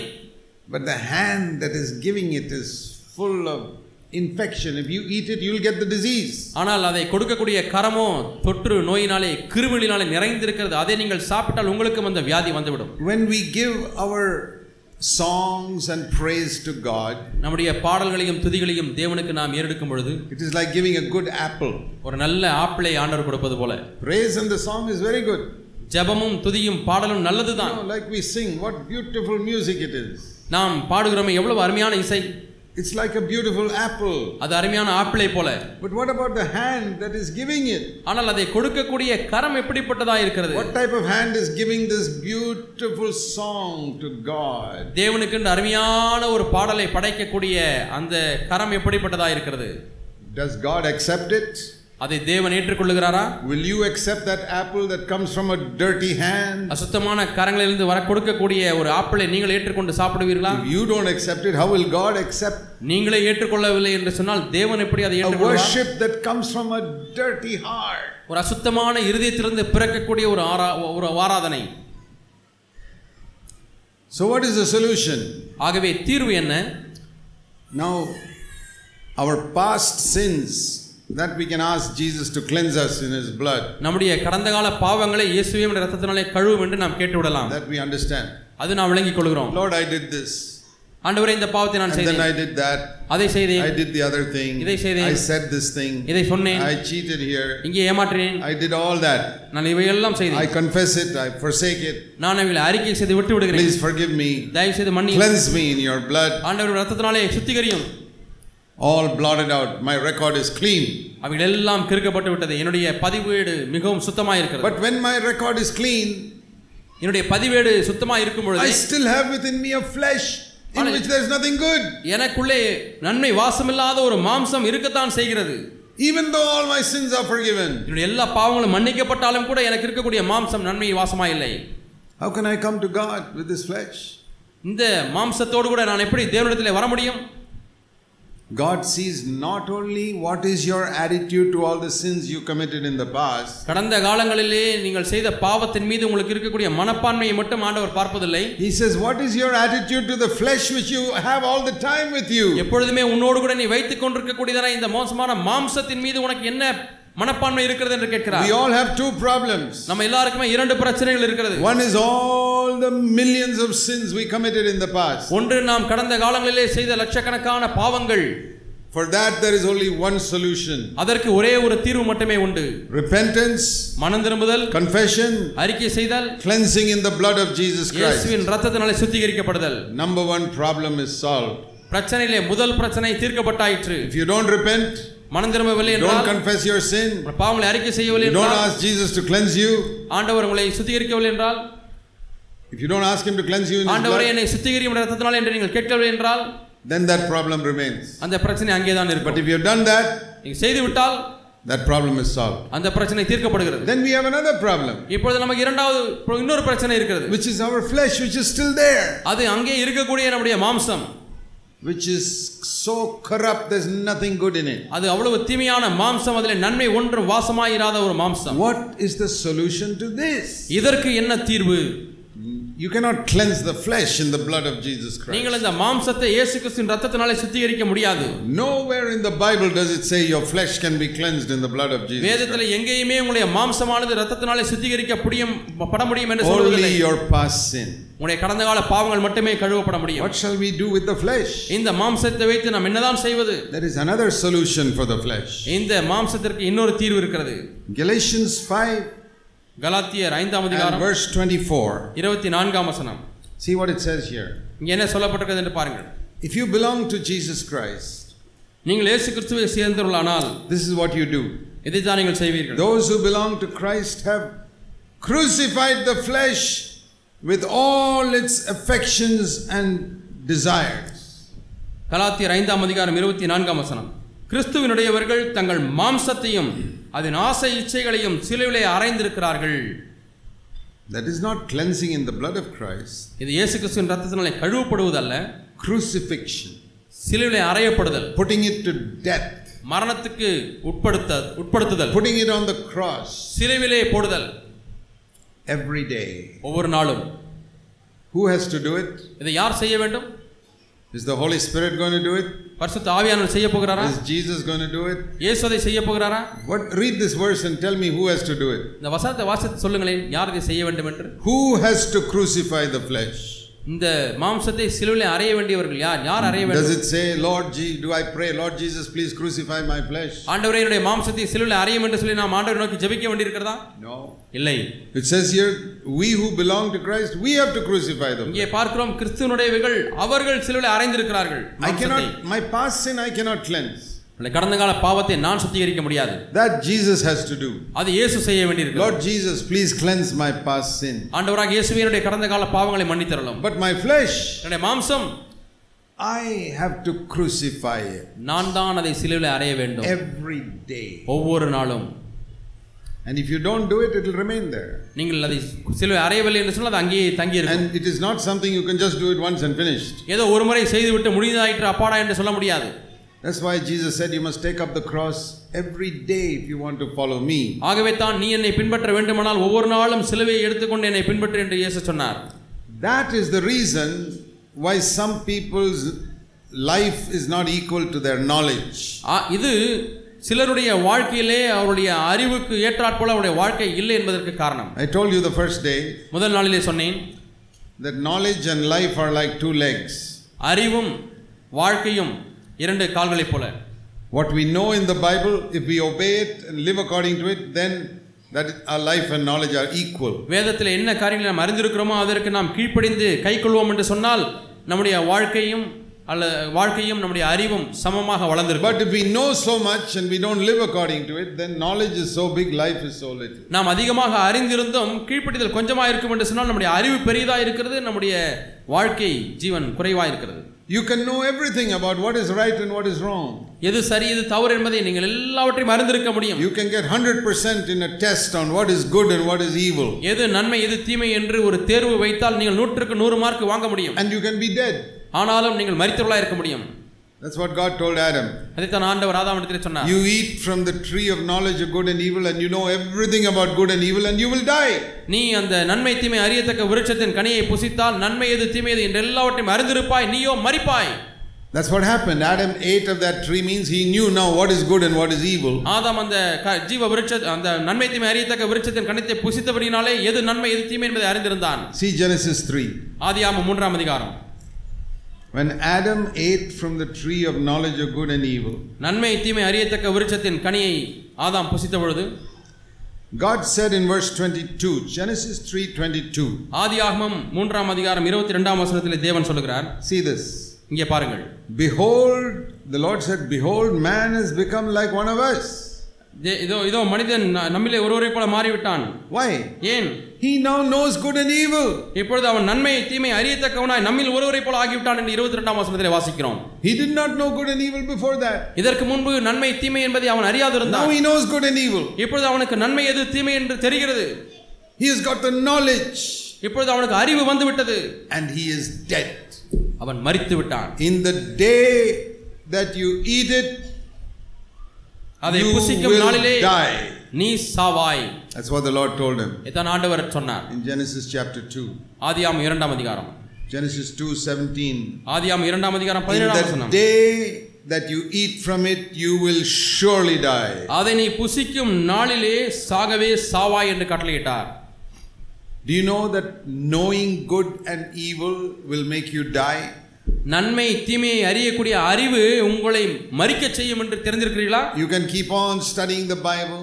Speaker 2: but the hand that is giving it is full of infection. If you eat it, you'll get the disease.
Speaker 3: ஆனால் அதை கொடுக்கக்கூடிய கரமோ தொற்று நோயினாலே கிருமினாலே நிறைந்திருக்கிறது அதை நீங்கள் சாப்பிட்டால் உங்களுக்கும் அந்த வியாதி வந்துவிடும்
Speaker 2: When we give our songs and praise to God,
Speaker 3: நம்முடைய பாடல்களையும் துதிகளையும் தேவனுக்கு நாம் ஏறெடுக்கும் பொழுது
Speaker 2: it is like giving a good apple.
Speaker 3: ஒரு நல்ல ஆப்பிளை ஆண்டவர் கொடுப்பது போல
Speaker 2: Praise and the song is very good.
Speaker 3: ஜெபமும் துதியும் பாடலும் நல்லதுதான்
Speaker 2: Now, like we sing, what beautiful music it is.
Speaker 3: நாம் பாடுகிறோமே எவ்வளவு அருமையான இசை
Speaker 2: It's like a beautiful apple.
Speaker 3: அது அருமையான ஆப்பிளை போல
Speaker 2: But what about the hand that is giving it?
Speaker 3: ஆனால் அதை கொடுக்கக்கூடிய கரம் எப்படிப்பட்டதா இருக்கிறது
Speaker 2: What type of hand is giving this beautiful song to God?
Speaker 3: தேவனுக்கு இந்த அருமையான ஒரு பாடலை படைக்கக்கூடிய அந்த கரம் எப்படிப்பட்டதா இருக்கிறது
Speaker 2: Does God accept it?
Speaker 3: அதை தேவன் ஏற்றுக்கொள்ளுகிறாரா
Speaker 2: Will you accept that apple that comes from a dirty hand?
Speaker 3: அசுத்தமான கரங்களிலிருந்து வர கொடுக்கக்கூடிய ஒரு ஆப்பிளை நீங்கள் ஏற்றுக்கொண்டு சாப்பிடுவீர்களா
Speaker 2: If you don't accept it, how will God accept
Speaker 3: நீங்களே ஏற்றுக்கொள்ளவில்லை என்று சொன்னால் தேவன் எப்படி அதை
Speaker 2: a
Speaker 3: ஏற்றுக்கொள்வார்
Speaker 2: worship that comes from a dirty heart?
Speaker 3: ஒரு அசுத்தமான இருதயத்திலிருந்து பிறக்கக்கூடிய ஒரு ஆரா ஒரு ஆராதனை
Speaker 2: So, what is the solution?
Speaker 3: ஆகவே தீர்வு என்ன
Speaker 2: Now, our past sins that we can ask Jesus to cleanse us in His blood,
Speaker 3: நம்முடைய கடந்த கால பாவங்களை இயேசுவே நம்முடைய ரத்தத்தினாலே கழுவும் என்று நாம் கேட்டு விடலாம்
Speaker 2: that we understand.
Speaker 3: அது நாம் விளங்கிக் கொள்கிறோம்
Speaker 2: Lord, I did this,
Speaker 3: ஆண்டவரே இந்த பாவத்தை நான்
Speaker 2: and then
Speaker 3: செய்தேன்
Speaker 2: I did that,
Speaker 3: அதை
Speaker 2: I
Speaker 3: செய்தேன்
Speaker 2: did the other thing,
Speaker 3: இதை செய்தேன்.
Speaker 2: I said this thing,
Speaker 3: இதை சொன்னேன்
Speaker 2: I cheated here,
Speaker 3: இங்கே ஏமாற்றினேன்
Speaker 2: I did all that.
Speaker 3: நான் இவையெல்லாம்
Speaker 2: I
Speaker 3: செய்தேன்
Speaker 2: confess it, I forsake it.
Speaker 3: நான் இவளை அறிக்கை செய்து விட்டு விடுகிறேன்
Speaker 2: Please forgive me,
Speaker 3: தயவு செய்து மன்னி
Speaker 2: cleanse me in your blood.
Speaker 3: ஆண்டவர் ரத்தத்தினாலே சுத்திகரியும்
Speaker 2: All blotted out, my record is clean.
Speaker 3: அவைகள் எல்லாம் கிறுக்கப்பட்டு விட்டது என்னுடைய பதிவேடு மிகவும் சுத்தமாக இருக்கிறது
Speaker 2: But when my record is clean,
Speaker 3: என்னுடைய பதிவேடு சுத்தமாக இருக்கும் பொழுது
Speaker 2: I still have within me a flesh in
Speaker 3: Honest.
Speaker 2: which there is nothing good.
Speaker 3: எனக்குள்ளே நன்மை வாசமில்லாத ஒரு மாம்சம் இருக்கத்தான் செய்கிறது
Speaker 2: Even though all my sins are forgiven,
Speaker 3: என்னுடைய எல்லா பாவங்களும் மன்னிக்கப்பட்டாலும் கூட எனக்கு இருக்கக்கூடிய மாம்சம் நன்மை வாசமா இல்லை
Speaker 2: how can I come to God with this flesh?
Speaker 3: இந்த மாம்சத்தோடு கூட நான் எப்படி தேவனிடத்தில் வர முடியும்
Speaker 2: God sees not only what is your attitude to all the sins you committed in the past,
Speaker 3: கடந்த காலங்களிலே நீங்கள் செய்த பாவத்தின் மீது உங்களுக்கு இருக்கக்கூடிய மனப்பான்மையை மட்டும் ஆண்டவர் பார்ப்பதில்லை
Speaker 2: He says, What is your attitude to the flesh which you have all the time with you?
Speaker 3: எப்பொழுதுமே உன்னோடு கூட நீ வைத்துக் கொண்டிருக்கக்கூடியதான இந்த மோசமான மாம்சத்தின் மீது உனக்கு என்ன மனப்பான்மை இருக்கிறது என்று
Speaker 2: We
Speaker 3: கேட்கிறார்
Speaker 2: all have two problems.
Speaker 3: நம்ம எல்லாருக்குமே இரண்டு பிரச்சனைகள் இருக்கிறது
Speaker 2: One is all the millions of sins we committed in the past.
Speaker 3: ஒன்று நாம் கடந்த காலங்களிலே செய்த லட்சக்கணக்கான பாவங்கள்
Speaker 2: For that, there is only one solution
Speaker 3: அதற்கு ஒரே ஒரு தீர்வு மட்டுமே உண்டு
Speaker 2: repentance,
Speaker 3: மனம் திரும்புதல்
Speaker 2: confession,
Speaker 3: அறிக்கை செய்தல்
Speaker 2: cleansing in the blood of Jesus Christ.
Speaker 3: இயேசுவின் ரத்தத்தினாலே சுத்திகரிக்கப்படுதல்
Speaker 2: Number one problem is solved.
Speaker 3: பிரச்சனையிலே முதல் பிரச்சனை தீர்க்கப்பட்டாயிற்று
Speaker 2: If you don't repent,
Speaker 3: மனம் திரும்பவில்லை
Speaker 2: don't
Speaker 3: என்றால்
Speaker 2: confess your sin,
Speaker 3: உங்கள் பாவங்களை அறிக்கை செய்யவில்லை
Speaker 2: you don't
Speaker 3: என்றால்
Speaker 2: ask Jesus to cleanse you,
Speaker 3: ஆண்டவர் உங்களை சுத்திகரிக்கவில்லை என்றால்
Speaker 2: if you don't ask Him to cleanse you in His
Speaker 3: ஆண்டவரை
Speaker 2: blood,
Speaker 3: என்னை சுத்திகரிக்கும் ரத்தத்தினால் என்று நீங்கள் கேட்கவில்லை என்றால்
Speaker 2: then that problem remains.
Speaker 3: அந்த பிரச்சனை அங்கே தான்
Speaker 2: But
Speaker 3: இருக்கும்
Speaker 2: if you've done that,
Speaker 3: நீங்க செய்து விட்டால்
Speaker 2: that problem is solved.
Speaker 3: அந்த பிரச்சனை தீர்க்கப்படுகிறது
Speaker 2: Then we have another problem,
Speaker 3: இப்பொழுது நமக்கு இரண்டாவது இப்போ இன்னொரு பிரச்சனை இருக்கிறது
Speaker 2: which is our flesh, which is still there,
Speaker 3: அது அங்கே இருக்கக்கூடிய நம்முடைய மாம்சம்
Speaker 2: which is so corrupt, there's nothing good in it.
Speaker 3: அது அவ்வளவு தீமையான மாம்சம் அதில் நன்மை ஒன்றும் வாசமாயிராத ஒரு மாம்சம்
Speaker 2: What is the solution to this?
Speaker 3: இதற்கு என்ன தீர்வு
Speaker 2: You cannot cleanse the flesh in the blood of Jesus Christ.
Speaker 3: நீங்கள் இந்த மாம்சத்தை இயேசு கிறிஸ்துவின் ரத்தத்தினாலே சுத்திகரிக்க முடியாது
Speaker 2: Nowhere in the Bible does it say your flesh can be cleansed in the blood of Jesus Christ.
Speaker 3: வேதத்தில் எங்கேயுமே உங்களுடைய மாம்சமானது ரத்தத்தினாலே சுத்திகரிக்க முடியும் பட முடியும் என்று
Speaker 2: Only
Speaker 3: சொல்வதில்லை
Speaker 2: your past sin.
Speaker 3: உங்களுடைய கடந்த கால பாவங்கள் மட்டுமே கழுவப்பட முடியும்
Speaker 2: What shall we do with the flesh?
Speaker 3: இந்த மாம்சத்தை வைத்து நாம் என்னதான் செய்வது
Speaker 2: There is another solution for the flesh.
Speaker 3: இந்த மாம்சத்திற்கு இன்னொரு தீர்வு இருக்கிறது
Speaker 2: Galatians 5
Speaker 3: கலாத்தியர் ஐந்தாம்
Speaker 2: and
Speaker 3: அதிகாரம்
Speaker 2: verse 24.
Speaker 3: இருபத்தி நான்காம் வசனம்
Speaker 2: See what it says here.
Speaker 3: இங்க என்ன சொல்லப்பட்டிருக்கிறது என்று பாருங்கள்
Speaker 2: If you belong to Jesus Christ,
Speaker 3: நீங்கள் இயேசு கிறிஸ்துவை சேர்ந்தவர்களானால்
Speaker 2: this is what you do.
Speaker 3: இதை தான் நீங்கள் செய்வீர்கள்
Speaker 2: Those who belong to Christ have crucified the flesh with all its affections and desires.
Speaker 3: கலாத்தியர் ஐந்தாம் அதிகாரம் இருபத்தி நான்காம் வசனம் கிறிஸ்துவினுடையவர்கள் தங்கள் மாம்சத்தையும் அதன் ஆசை இச்சைகளையும் சிலுவிலே அறைந்திருக்கிறார்கள்
Speaker 2: That is not cleansing in the blood of Christ,
Speaker 3: இது இயேசு கிறிஸ்துவின் ரத்தத்தினாலே கழுவப்படுவதல்ல
Speaker 2: crucifixion,
Speaker 3: சிலுவிலே அறையப்படுதல்
Speaker 2: putting it to death,
Speaker 3: மரணத்துக்கு உட்படுத்த உட்படுத்துதல்
Speaker 2: putting it on the cross
Speaker 3: சிலுவிலே போடுதல்
Speaker 2: every day.
Speaker 3: ஒவ்வொரு நாளும்
Speaker 2: Who has to do it?
Speaker 3: இதை யார் செய்ய வேண்டும்
Speaker 2: Is the Holy Spirit going to do it?
Speaker 3: பரிசுத்த ஆவியானவர் செய்ய போகிறாரா
Speaker 2: Is Jesus going to do it?
Speaker 3: இயேசு அதை செய்ய போகிறாரா
Speaker 2: What read this verse and tell me who has to do it?
Speaker 3: இந்த வசனத்தை வாசித்து சொல்லுங்களேன் யார் இதை செய்ய வேண்டும் என்று
Speaker 2: Who has to crucify the flesh?
Speaker 3: இந்த மாம்சத்தை சிலுவிலே அறைய வேண்டியவர்கள் யார் யார் அறைய
Speaker 2: Does
Speaker 3: வேண்டும்
Speaker 2: it say, Lord, Je- do I pray, Lord Jesus, please crucify my flesh?
Speaker 3: ஆண்டவரே என்னுடைய மாம்சத்தை சிலுவிலே அறையும் என்று சொல்லி நாம் ஆண்டவரை நோக்கி ஜெபிக்க வேண்டியிருக்கிறதா
Speaker 2: No.
Speaker 3: இல்லை
Speaker 2: It says here, we who belong to Christ, we have to crucify them.
Speaker 3: இங்கே பார்க்கிறோம் கிறிஸ்துவனுடையவர்கள் அவர்கள் சிலுவிலே அறைந்திருக்கிறார்கள்
Speaker 2: I
Speaker 3: மாம்சத்தை.
Speaker 2: cannot, my past sin I cannot cleanse.
Speaker 3: இந்த கடந்த கால பாவத்தை நான் சுத்திகரிக்க முடியாது
Speaker 2: That Jesus has to do.
Speaker 3: அது இயேசு செய்ய வேண்டியிருக்கிறது
Speaker 2: Lord Jesus, please cleanse my past sin.
Speaker 3: ஆண்டவராக இயேசுவே என்னுடைய கடந்த கால பாவங்களை மன்னித்தரலும்
Speaker 2: But my flesh,
Speaker 3: என்னுடைய மாம்சம்
Speaker 2: I have to crucify it
Speaker 3: நான் தான் அதை சிலுவிலே அறைய வேண்டும்
Speaker 2: every day.
Speaker 3: ஒவ்வொரு நாளும்
Speaker 2: And if you don't do it, it'll remain there.
Speaker 3: நீங்கள் அதை சிலுவை அறையவில்லை என்று சொன்னால் அது அங்கேயே தங்கி இருக்கும்
Speaker 2: And it is not something you can just do it once and finished.
Speaker 3: ஏதோ ஒரு முறை செய்துவிட்டு முடிந்தாயிற்று அப்பாடா என்று சொல்ல முடியாது
Speaker 2: That's why Jesus said you must take up the cross every day if you want to follow me.
Speaker 3: ஆகவே தான் நீ என்னை பின்பற்ற வேண்டுமானால் ஒவ்வொரு நாளும் சிலுவையை எடுத்துக்கொண்டு என்னை பின்பற்று என்று இயேசு சொன்னார்
Speaker 2: That is the reason why some people's life is not equal to their knowledge.
Speaker 3: ஆ, இது சிலருடைய வாழ்க்கையிலே அவருடைய அறிவுக்கு ஏற்றாற்போல அவருடைய வாழ்க்கை இல்லை என்பதற்கு காரணம்
Speaker 2: I told you the first day
Speaker 3: முதல் நாளிலே சொன்னேன்
Speaker 2: that knowledge and life are like two legs.
Speaker 3: அறிவும் வாழ்க்கையும் இரண்டு கால்களைப் போல
Speaker 2: What we know in the Bible, if we obey it and live according to it, then that our life and knowledge are equal.
Speaker 3: வேதத்தில் என்ன காரியங்களை நாம் அறிந்திருக்கிறோமோ அதற்கு நாம் கீழ்ப்படிந்து கை கொள்வோம் என்று சொன்னால் நம்முடைய வாழ்க்கையும் அல்ல வாழ்க்கையும் நம்முடைய அறிவும் சமமாக வளர்ந்திருக்கும்
Speaker 2: But if we know so much and we don't live according to it, then knowledge is so big, life is so little.
Speaker 3: நாம் அதிகமாக அறிந்திருந்தும் கீழ்ப்படிதல் கொஞ்சமாக இருக்கும் என்று சொன்னால் நம்முடைய அறிவு பெரியதாக இருக்கிறது நம்முடைய வாழ்க்கை ஜீவன் குறைவாக இருக்கிறது
Speaker 2: You can know everything about what is right and what is wrong.
Speaker 3: எது சரி எது தவறு என்பதை நீங்கள் எல்லாவற்றையும் அறிந்திருக்க முடியும்
Speaker 2: You can get 100% in a test on what is good and what is evil.
Speaker 3: எது நன்மை எது தீமை என்று ஒரு தேர்வு வைத்தால் நீங்கள் நூற்றுக்கு நூறு மார்க் வாங்க முடியும்
Speaker 2: And you can be dead.
Speaker 3: ஆனாலும் நீங்கள் மரித்தவர்களாக இருக்க முடியும்
Speaker 2: That's what God told Adam.
Speaker 3: அதைத்தான் ஆண்டவர் ஆதாமத்திலே சொன்னார்
Speaker 2: You eat from the tree of knowledge of good and evil, and you know everything about good and evil, and you will die.
Speaker 3: நீ அந்த நன்மை தீமை அறியத்தக்க விருட்சத்தின் கனியை புசித்தால் நன்மை எது தீமை எது என்று எல்லாவற்றையும் அறிந்திருப்பாய் நீயோ மரிப்பாய்
Speaker 2: That's what happened. Adam ate of that tree, means he knew now what is good and what is evil.
Speaker 3: ஆதாம் அந்த க- ஜீவ விருட்ச அந்த நன்மை தீமை அறியத்தக்க விருட்சத்தின் கனித்தை புசித்தபடினாலே எது நன்மை எது தீமை என்பதை அறிந்திருந்தான்
Speaker 2: See Genesis 3.
Speaker 3: ஆதியாமம் மூன்றாம் அதிகாரம்
Speaker 2: When Adam ate from the tree of knowledge of good and evil,
Speaker 3: நன்மை தீமை அறியத்தக்க விருட்சத்தின் கனியை ஆதாம் புசித்த பொழுது
Speaker 2: God said in verse 22, Genesis 3 22,
Speaker 3: ஆதியாகமம் மூன்றாம் அதிகாரம் இருபத்தி ரெண்டாம் வசனத்திலே தேவன் சொல்லுகிறார்
Speaker 2: see this.
Speaker 3: இங்கே பாருங்கள்
Speaker 2: Behold, the Lord said, Behold, man has become like one of us.
Speaker 3: தே- இதோ இதோ மனிதன் ந- நம்மிலே ஒருவரை போல மாறிவிட்டான்
Speaker 2: Why?
Speaker 3: ஏன்
Speaker 2: He now knows good and evil.
Speaker 3: இப்பொழுது அவன் நன்மை தீமை அறியத்தக்கவனாய் நம்மில் ஒருவரை போல ஆகிவிட்டான் என்று இருபத்தி ரெண்டாம் வசனத்திலே வாசிக்கிறோம்
Speaker 2: He did not know good and evil before that.
Speaker 3: இதற்கு முன்பு நன்மை தீமை என்பதை அவன் அறியாதிருந்தான்
Speaker 2: Now he knows good and evil.
Speaker 3: இப்பொழுது அவனுக்கு நன்மை எது தீமை என்று தெரிகிறது
Speaker 2: He has got the knowledge
Speaker 3: இப்பொழுது அவனுக்கு அறிவு வந்துவிட்டது
Speaker 2: and he is dead.
Speaker 3: அவன் மரித்து விட்டான்
Speaker 2: In the day that you eat it,
Speaker 3: அதை
Speaker 2: you
Speaker 3: புசிக்கும்
Speaker 2: will
Speaker 3: நாளிலே
Speaker 2: die.
Speaker 3: நீ சாவாய்
Speaker 2: That's what the Lord told him
Speaker 3: இதான் ஆண்டவர் சொன்னார்
Speaker 2: in Genesis chapter 2.
Speaker 3: ஆதியாம் இரண்டாம் அதிகாரம்
Speaker 2: Genesis 2 17.
Speaker 3: ஆதியாம் இரண்டாம் அதிகாரம்
Speaker 2: In
Speaker 3: பதினேழாம்
Speaker 2: the
Speaker 3: வசனம்
Speaker 2: day that you eat from it, you will surely die.
Speaker 3: அதை நீ புசிக்கும் நாளிலே சாகவே சாவாய் என்று கட்டளையிட்டார்
Speaker 2: Do you know that knowing good and evil will make you die?
Speaker 3: நன்மை தீமையை அறியக்கூடிய அறிவு உங்களை மறிக்கச் செய்யும் என்று தெரிந்திருக்கிறீர்களா
Speaker 2: You can keep on studying the Bible.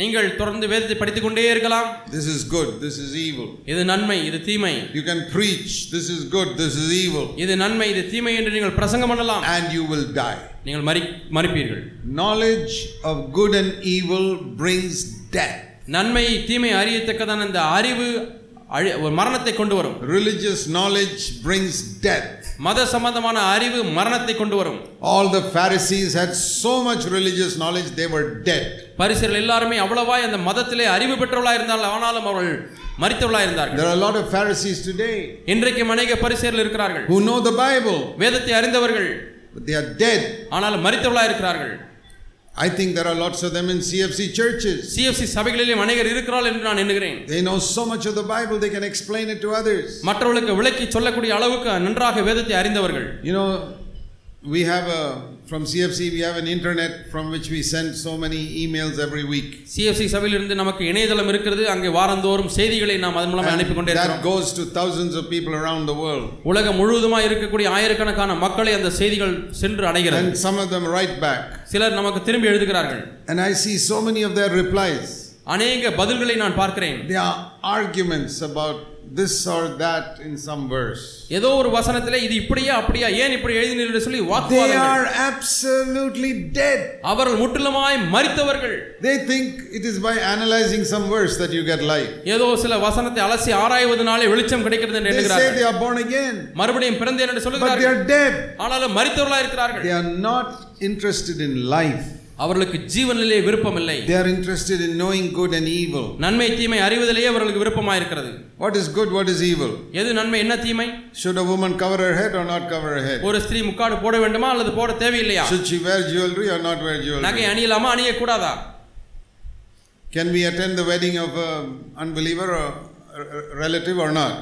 Speaker 3: நீங்கள் தொடர்ந்து வேதத்தை படித்துக் கொண்டே இருக்கலாம்
Speaker 2: This is good, this is evil.
Speaker 3: இது நன்மை இது தீமை
Speaker 2: You can preach, this is good, this is evil,
Speaker 3: இது நன்மை இது தீமை என்று நீங்கள் பிரசங்கம் பண்ணலாம்
Speaker 2: and you will die.
Speaker 3: நீங்கள் மறி மறிப்பீர்கள்
Speaker 2: Knowledge of good and evil brings death.
Speaker 3: நன்மை தீமை அறியத்தக்கதான இந்த அறிவு அழி ஒரு மரணத்தை கொண்டு வரும்
Speaker 2: Religious knowledge brings death.
Speaker 3: மத சம்பந்தமான அறிவு மரணத்தை கொண்டு வரும்
Speaker 2: All the Pharisees had so much religious knowledge, they were dead.
Speaker 3: பரிசர்கள் எல்லாருமே அவ்வளவாய் அந்த மதத்திலே அறிவு பெற்றவளாக இருந்தால் ஆனாலும் அவர்கள் மறித்தவளாக இருந்தார்கள்
Speaker 2: There are a lot of Pharisees today
Speaker 3: இன்றைக்கு அநேக பரிசர்கள் இருக்கிறார்கள்
Speaker 2: who know the Bible,
Speaker 3: வேதத்தை அறிந்தவர்கள்
Speaker 2: but they are dead.
Speaker 3: ஆனால் மறித்தவளாக இருக்கிறார்கள்
Speaker 2: I think there are lots of them in CFC churches.
Speaker 3: CFC சபைகளிலே அநேகர் இருக்கிறார்கள் என்று நான் எண்ணுகிறேன்
Speaker 2: They know so much of the Bible, they can explain it to others.
Speaker 3: மற்றவர்களுக்கு விளக்கி சொல்லக்கூடிய அளவுக்கு நன்றாக வேதத்தை அறிந்தவர்கள்
Speaker 2: You know, we have a From CFC, we have an internet from which we send so many emails every week.
Speaker 3: CFC சபையிலிருந்து நமக்கு இணையதளம் இருக்கிறது அங்கே வாரந்தோறும் செய்திகளை நாம் அதன் மூலமாக அனுப்பி கொண்டே
Speaker 2: that
Speaker 3: இருக்கிறோம்
Speaker 2: goes to thousands of people around the world.
Speaker 3: உலகம் முழுவதுமா இருக்கக்கூடிய ஆயிரக்கணக்கான மக்களை அந்த செய்திகள் சென்று அடைகிறது
Speaker 2: And some of them write back.
Speaker 3: சிலர் நமக்கு திரும்பி எழுதுகிறார்கள்
Speaker 2: And I see so many of their replies.
Speaker 3: அநேக பதில்களை நான் பார்க்கிறேன்
Speaker 2: They are arguments about this or that in some verse.
Speaker 3: ஏதோ ஒரு வசனத்திலே இது இப்படியா அப்படியா ஏன் இப்படி எழுதினீர்கள் என்று சொல்லி
Speaker 2: They
Speaker 3: வாக்குவாதங்கள்
Speaker 2: are absolutely dead.
Speaker 3: அவர்கள் முற்றிலுமாய் மறித்தவர்கள்
Speaker 2: They think it is by analyzing some verse that you get life.
Speaker 3: ஏதோ சில வசனத்தை அலசி ஆராய்வதனாலே வெளிச்சம் கிடைக்கிறது என்று
Speaker 2: They say
Speaker 3: எண்ணுகிறார்கள்
Speaker 2: they are born again,
Speaker 3: மறுபடியும் பிறந்தேன் என்று
Speaker 2: but they
Speaker 3: சொல்லுகிறார்கள்
Speaker 2: are dead.
Speaker 3: ஆனாலும் மறித்தவர்களா இருக்கிறார்கள்
Speaker 2: They are not interested in life.
Speaker 3: அவர்களுக்கு ஜீவனிலே விருப்பம் இல்லை
Speaker 2: They are interested in knowing good and evil.
Speaker 3: நன்மை தீமை அறிவதிலேயே அவர்களுக்கு விருப்பமாக இருக்கிறது
Speaker 2: What is good, what is evil?
Speaker 3: எது நன்மை என்ன தீமை
Speaker 2: Should a woman cover her head or not cover her head?
Speaker 3: ஒரு ஸ்திரீ முக்காடு போட வேண்டுமா அல்லது போட தேவையில்லையா
Speaker 2: Should she wear jewelry or not wear
Speaker 3: நகை
Speaker 2: jewelry?
Speaker 3: அணியலாமா அணியக்கூடாதா
Speaker 2: Can we attend the wedding of an unbeliever or a relative or not?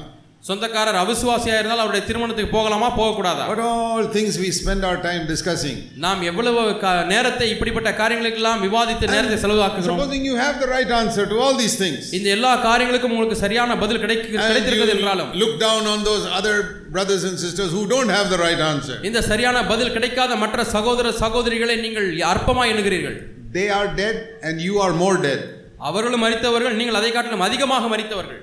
Speaker 3: சொந்தக்காரர் அவிசுவாசியா இருந்தால் அவருடைய திருமணத்துக்கு போகலாமா போகக்கூடாதா
Speaker 2: What all things we spend our time discussing.
Speaker 3: நாம் எவ்வளவு க- நேரத்தை இப்படிப்பட்ட காரியங்களுக்கெல்லாம் விவாதித்து நேரத்தை செலவாக்குகிறோம்
Speaker 2: Supposing you have the right answer to all these things.
Speaker 3: இந்த எல்லா காரியங்களுக்கும் உங்களுக்கு சரியான பதில் கிடைக்க
Speaker 2: And
Speaker 3: கிடைத்திருக்கிறது
Speaker 2: you
Speaker 3: என்றாலும்
Speaker 2: look down on those other brothers and sisters who don't have the right answer.
Speaker 3: இந்த சரியான பதில் கிடைக்காத மற்ற சகோதர சகோதரிகளை நீங்கள் அற்பமா எண்ணுகிறீர்கள்
Speaker 2: They are dead and you are more dead.
Speaker 3: அவர்களும் மறித்தவர்கள் நீங்கள் அதை காட்டிலும் அதிகமாக மறித்தவர்கள்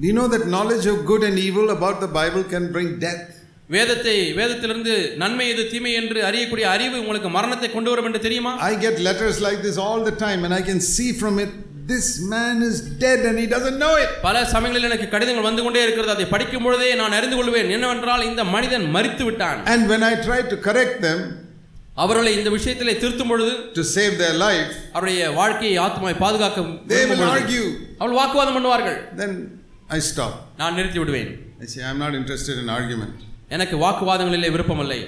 Speaker 2: Do you know that knowledge of good and evil about the Bible can bring death?
Speaker 3: வேதத்தை வேதத்திலிருந்து நன்மை எது தீமை என்று அறியக்கூடிய அறிவு உங்களுக்கு மரணத்தை கொண்டு வரும் என்று தெரியுமா
Speaker 2: I get letters like this all the time, and I can see from it this man is dead and he doesn't know it.
Speaker 3: பல சமயங்களில் எனக்கு கடிதங்கள் வந்து கொண்டே இருக்கிறது அதை படிக்கும் பொழுதே நான் அறிந்து கொள்வேன் என்னவென்றால் இந்த மனிதன் மறித்து விட்டான்
Speaker 2: And when I try to correct them
Speaker 3: அவர்களை இந்த விஷயத்திலே திருத்தும் பொழுது
Speaker 2: to save their life,
Speaker 3: அவருடைய வாழ்க்கையை ஆத்மாவை பாதுகாக்க
Speaker 2: they will
Speaker 3: விரும்பும் பொழுது
Speaker 2: argue.
Speaker 3: அவள் வாக்குவாதம் பண்ணுவார்கள்
Speaker 2: Then I stop.
Speaker 3: நான் நிறுத்தி விடுவேன்
Speaker 2: I say, I'm not interested in argument.
Speaker 3: எனக்கு வாக்குவாதங்களிலே விருப்பமில்லை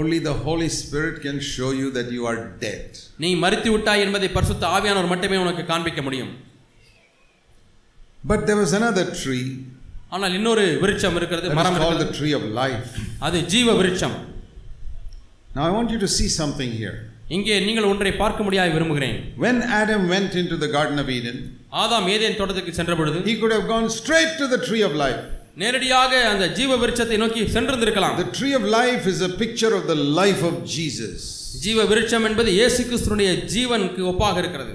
Speaker 2: Only the Holy Spirit can show you that you are dead.
Speaker 3: நீ மறித்து விட்டாய் என்பதை பரிசுத்த ஆவியானவர் மட்டுமே உனக்கு காண்பிக்க முடியும்
Speaker 2: But there was another tree
Speaker 3: ஆனால் இன்னொரு விருட்சம் இருக்கிறது
Speaker 2: that
Speaker 3: மரம்
Speaker 2: is called
Speaker 3: இருக்கிறது
Speaker 2: the tree of life.
Speaker 3: அது ஜீவ விருட்சம்
Speaker 2: Now I want you to see something here.
Speaker 3: இங்கே நீங்கள் ஒன்றை பார்க்க முடியாய் விரும்புகிறேன்
Speaker 2: When Adam went into the Garden of Eden,
Speaker 3: ஆதாம் ஏதேன் தோட்டத்துக்கு சென்ற பொழுது
Speaker 2: he could have gone straight to the tree of life.
Speaker 3: நேரடியாக அந்த ஜீவ விருட்சத்தை நோக்கி சென்றிருந்திருக்கலாம்
Speaker 2: The tree of life is a picture of the life of Jesus.
Speaker 3: ஜீவ விருட்சம் என்பது இயேசு கிறிஸ்துனுடைய ஜீவனுக்கு ஒப்பாக இருக்கிறது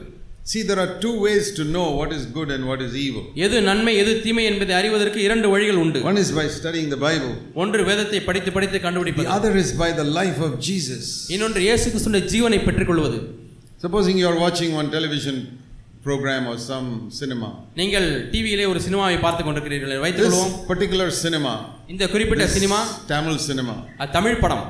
Speaker 2: See, there are two ways to know what is good and what is evil.
Speaker 3: எது நன்மை எது தீமை என்பதை அறிவதற்கு இரண்டு வழிகள் உண்டு
Speaker 2: One is by studying the Bible,
Speaker 3: ஒன்று வேதத்தை படித்து படித்து
Speaker 2: the
Speaker 3: கண்டுபிடிப்பது
Speaker 2: other is by the life of Jesus.
Speaker 3: இன்னொன்று இயேசு கிறிஸ்துடைய ஜீவனை பெற்றுக்கொள்வது
Speaker 2: Supposing you are watching one television program or some cinema.
Speaker 3: நீங்கள் டிவியிலே ஒரு சினிமாவை பார்த்து கொண்டிருக்கிறீர்கள் வைத்துக் கொள்வோம்
Speaker 2: This particular cinema,
Speaker 3: இந்த குறிப்பிட்ட சினிமா
Speaker 2: Tamil cinema,
Speaker 3: அது தமிழ் படம்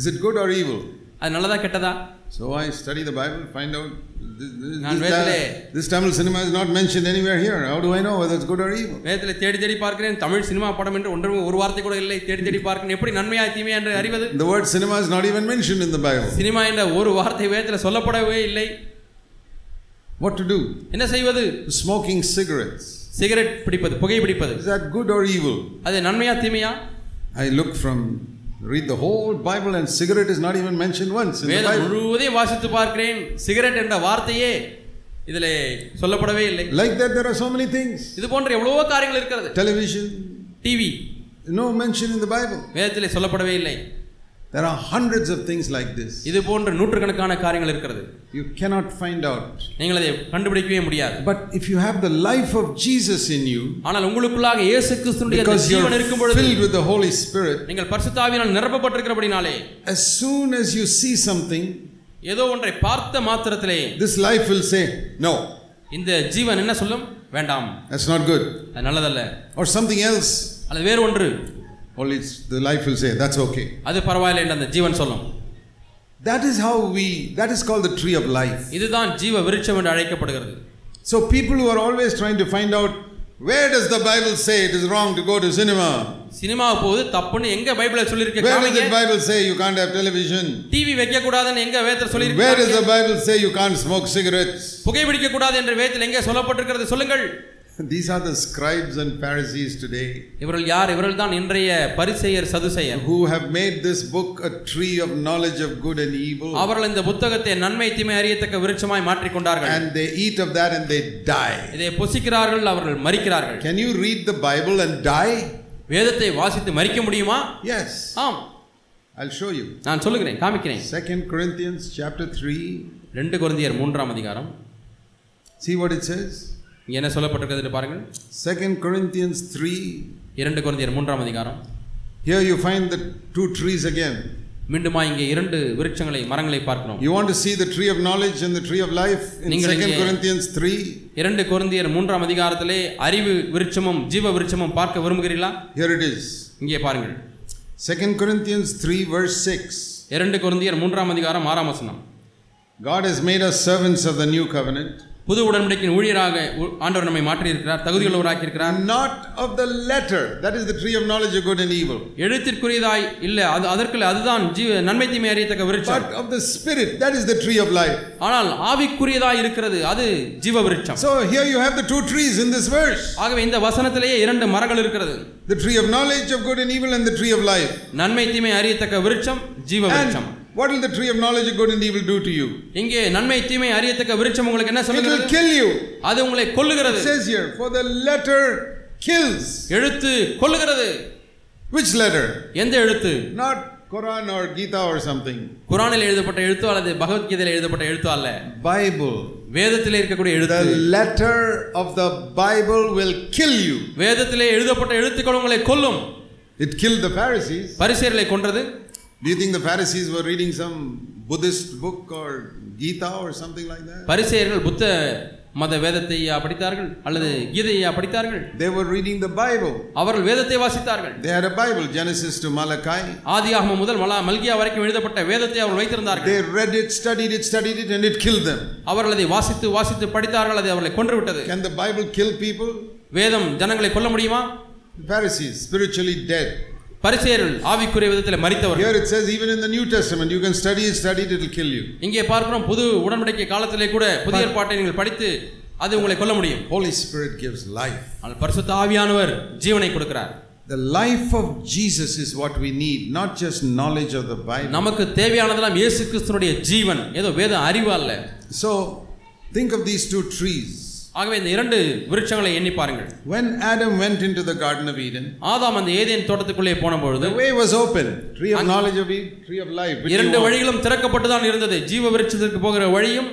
Speaker 2: is it good or evil?
Speaker 3: அது நல்லதா கெட்டதா
Speaker 2: So I study the Bible, find out. This, this,
Speaker 3: நான்
Speaker 2: this,
Speaker 3: வேதத்திலே-
Speaker 2: this Tamil cinema is not mentioned anywhere here. How do I know whether it's good or evil?
Speaker 3: வேதத்தில் தேடி தேடி பார்க்கிறேன் Tamil cinema படம் என்று ஒன்றும் ஒரு வார்த்தை கூட இல்லை தேடி தேடி பார்க்கிறேன் எப்படி நன்மையா தீமையா என்று அறிவது
Speaker 2: The word cinema is not even mentioned in the Bible.
Speaker 3: Cinema என்ற ஒரு வார்த்தை வேதத்தில் சொல்லப்படவே இல்லை
Speaker 2: What to do?
Speaker 3: என்ன செய்வது
Speaker 2: Smoking cigarettes.
Speaker 3: சிகரெட் பிடிப்பது புகை பிடிப்பது
Speaker 2: Is that good or evil?
Speaker 3: அது நன்மையா தீமையா
Speaker 2: I look from, read the whole Bible, and cigarette is not even mentioned once in the
Speaker 3: வேதம்
Speaker 2: Bible.
Speaker 3: முழுவதையும் வாசித்து பார்க்கிறேன் சிகரெட் என்ற வார்த்தையே இதிலே சொல்லப்படவே இல்லை
Speaker 2: Like that, there are so many things.
Speaker 3: இது போன்ற எவ்வளவோ காரியங்கள் இருக்கிறது
Speaker 2: Television,
Speaker 3: TV
Speaker 2: no mention in the Bible.
Speaker 3: வேதத்திலே சொல்லப்படவே இல்லை
Speaker 2: There are hundreds of things like this.
Speaker 3: இது போன்ற நூற்றுக்கணக்கான காரியங்கள் இருக்கிறது
Speaker 2: You cannot find out.
Speaker 3: நீங்கள் அதை கண்டுபிடிக்கவே முடியாது
Speaker 2: But if you have the life of Jesus in you,
Speaker 3: ஆனால் உங்களுக்குள்ளாக இயேசு கிறிஸ்துனுடைய அந்த
Speaker 2: because you're
Speaker 3: ஜீவன் இருக்கும் பொழுது
Speaker 2: filled with the Holy Spirit,
Speaker 3: நீங்கள் பரிசுத்தாவினால் நிரப்பப்பட்டிருக்கிறபடினாலே
Speaker 2: as soon as you see something,
Speaker 3: ஏதோ ஒன்றை பார்த்த மாத்திரத்திலே
Speaker 2: this life will say, No,
Speaker 3: இந்த ஜீவன் என்ன சொல்லும் வேண்டாம்
Speaker 2: that's not good.
Speaker 3: அது நல்லதல்ல
Speaker 2: Or something else.
Speaker 3: அல்லது வேறு ஒன்று
Speaker 2: Only it's, the life will say, that's okay.
Speaker 3: அது பரவாயில்லை என்று அந்த ஜீவன் சொல்லும்
Speaker 2: That is how we, that is called the tree of life.
Speaker 3: இதுதான் ஜீவ விருட்சம் என்று அழைக்கப்படுகிறது
Speaker 2: So people who are always trying to find out where does the Bible say it is wrong to go to cinema?
Speaker 3: Cinema போகுது தப்புன்னு எங்க பைபிள சொல்லியிருக்க
Speaker 2: Where does the
Speaker 3: காமிங்க
Speaker 2: Bible say you can't have television?
Speaker 3: TV வைக்க கூடாதுன்னு எங்க வேதத்தில்
Speaker 2: Where does
Speaker 3: சொல்லியிருக்க
Speaker 2: the Bible say you can't smoke cigarettes?
Speaker 3: புகைப்பிடிக்க கூடாது என்று வேதத்தில் எங்கே சொல்லப்பட்டிருக்கிறது சொல்லுங்கள்
Speaker 2: These are the scribes and Pharisees today
Speaker 3: இவர்கள் யார் இவர்கள் தான் இன்றைய பரிசேயர் சதுசேயர்
Speaker 2: who have made this book a tree of knowledge of good and evil,
Speaker 3: அவர்கள் இந்த புத்தகத்தை நன்மை தீமை அறியத்தக்க விருட்சமாய் மாற்றிக்கொண்டார்கள்
Speaker 2: and they eat of that and they die.
Speaker 3: இதை புசிக்கிறார்கள் அவர்கள் மறிக்கிறார்கள்
Speaker 2: Can you read the Bible and die?
Speaker 3: வேதத்தை வாசித்து மறிக்க முடியுமா
Speaker 2: Yes.
Speaker 3: ஆம்
Speaker 2: I'll show you.
Speaker 3: நான் சொல்லுகிறேன் காமிக்கிறேன்
Speaker 2: 2 Corinthians chapter 3.
Speaker 3: ரெண்டு குருந்தியர் மூன்றாம் அதிகாரம்
Speaker 2: See what it says?
Speaker 3: இங்க என்ன சொல்லப்பட்டிருக்கிறது என்று பாருங்கள்
Speaker 2: 2 Corinthians 3.
Speaker 3: இரண்டு குருந்தியர் மூன்றாம் அதிகாரம்
Speaker 2: Here you find the two trees again.
Speaker 3: மீண்டுமா இங்கே இரண்டு விருட்சங்களை மரங்களை பார்க்கிறோம்
Speaker 2: You want to see the tree of knowledge and the tree of life in 2
Speaker 3: நீங்கள் இங்கே-
Speaker 2: Corinthians 3?
Speaker 3: இரண்டு குருந்தியர் மூன்றாம் அதிகாரத்திலே அறிவு விருட்சமும் ஜீவ விருட்சமும் பார்க்க விரும்புகிறீர்களா
Speaker 2: Here it is.
Speaker 3: இங்கே பாருங்கள்
Speaker 2: 2 Corinthians 3, verse 6.
Speaker 3: இரண்டு குருந்தியர் மூன்றாம் அதிகாரம் ஆறாம் வசனம்
Speaker 2: God has made us servants of the new covenant,
Speaker 3: புது உடன்படிக்கையின் ஊழியராக உ- ஆண்டவர் நம்மை மாற்றியிருக்கிறார் தகுதியுள்ளவராக்கி இருக்கிறார்
Speaker 2: and not of the letter. That is the tree of knowledge of good and evil.
Speaker 3: எழுத்திற்குரியதாய் இல்லை அது அதற்குள்ள அதுதான் ஜீவ நன்மை தீமை அறியத்தக்க
Speaker 2: But
Speaker 3: விருட்சம்
Speaker 2: of the spirit. That is the tree of life.
Speaker 3: ஆனால் ஆவிக்குரியதாய் இருக்கிறது அது ஜீவ விருட்சம்
Speaker 2: So here you have the two trees in this verse
Speaker 3: ஆகவே இந்த வசனத்திலேயே இரண்டு மரங்கள் இருக்கிறது
Speaker 2: the tree of knowledge of good and evil, and the tree of life.
Speaker 3: நன்மை தீமை அறியத்தக்க விருட்சம் ஜீவ விருட்சம்
Speaker 2: And what will the tree of knowledge of good and evil do to you?
Speaker 3: இங்கே நன்மை தீமை அறியத்தக்க விருட்சம் உங்களுக்கு என்ன
Speaker 2: It will
Speaker 3: சொல்லுகிறது
Speaker 2: kill you.
Speaker 3: அது உங்களை
Speaker 2: It
Speaker 3: கொல்லுகிறது
Speaker 2: says here, for the letter kills.
Speaker 3: எழுத்து கொல்லுகிறது
Speaker 2: Which letter?
Speaker 3: எந்த எழுத்து
Speaker 2: Not Quran or Gita or something.
Speaker 3: குரானில் எழுதப்பட்ட எழுத்து அல்லது பகவத்கீதையில் எழுதப்பட்ட எழுத்து அல்ல
Speaker 2: Bible.
Speaker 3: வேதத்தில் இருக்கக்கூடிய
Speaker 2: The
Speaker 3: எழுத்து
Speaker 2: letter of the Bible will kill you.
Speaker 3: வேதத்திலே எழுதப்பட்ட எழுத்துக்கள் உங்களை கொல்லும்
Speaker 2: It killed the Pharisees.
Speaker 3: பரிசேர்களை கொன்றது
Speaker 2: Do you think the Pharisees were reading some Buddhist book or Gita or something like that?
Speaker 3: பரிசேயர்கள் புத்த மத வேதத்தையா படித்தார்கள் அல்லது கீதையா படித்தார்கள்
Speaker 2: They were reading the Bible.
Speaker 3: அவர்கள் வேதத்தை வாசித்தார்கள்
Speaker 2: They had a Bible, Genesis to Malachi.
Speaker 3: ஆதியாகமம் முதல் மலா மல்கியா வரைக்கும் எழுதப்பட்ட வேதத்தை அவர்கள் வைத்திருந்தார்கள்
Speaker 2: They read it, studied it, studied it, and it killed them.
Speaker 3: அவர்கள் அதை வாசித்து வாசித்து படித்தார்கள் அதை அவர்களை கொன்று விட்டது
Speaker 2: Can the Bible kill people?
Speaker 3: வேதம் ஜனங்களை கொல்ல முடியுமா
Speaker 2: The Pharisees, spiritually dead.
Speaker 3: பரிசேயர்கள் ஆவிக்குரிய விதத்தில் மறித்தவர்கள்
Speaker 2: Here it says, even in the New Testament, you can study it, study it, it'll kill you.
Speaker 3: இங்கே பார்க்கிறோம் புது உடன்படிக்கை காலத்திலே கூட புதிய ஏற்பாட்டை நீங்கள் படித்து அது உங்களை கொல்ல முடியும்
Speaker 2: Holy Spirit gives life.
Speaker 3: ஆனால் பரிசுத்த ஆவியானவர் ஜீவனை கொடுக்கிறார்
Speaker 2: The life of Jesus is what we need, not just knowledge of the Bible.
Speaker 3: நமக்கு தேவையானதெல்லாம் இயேசு கிறிஸ்துனுடைய ஜீவன் ஏதோ வேத அறிவு அல்ல
Speaker 2: So, think of these two trees.
Speaker 3: ஆகவே இந்த இரண்டு விருட்சங்களை எண்ணி பாருங்கள்
Speaker 2: When Adam went into the Garden of Eden,
Speaker 3: ஆதாம் அந்த ஏதேன் தோட்டத்துக்குள்ளே போன பொழுது
Speaker 2: the way was open. Tree of knowledge of Eden, tree of life. which
Speaker 3: இரண்டு
Speaker 2: you want.
Speaker 3: வழிகளும் திறக்கப்பட்டு தான் இருந்தது ஜீவ விருட்சத்திற்கு போகிற வழியும்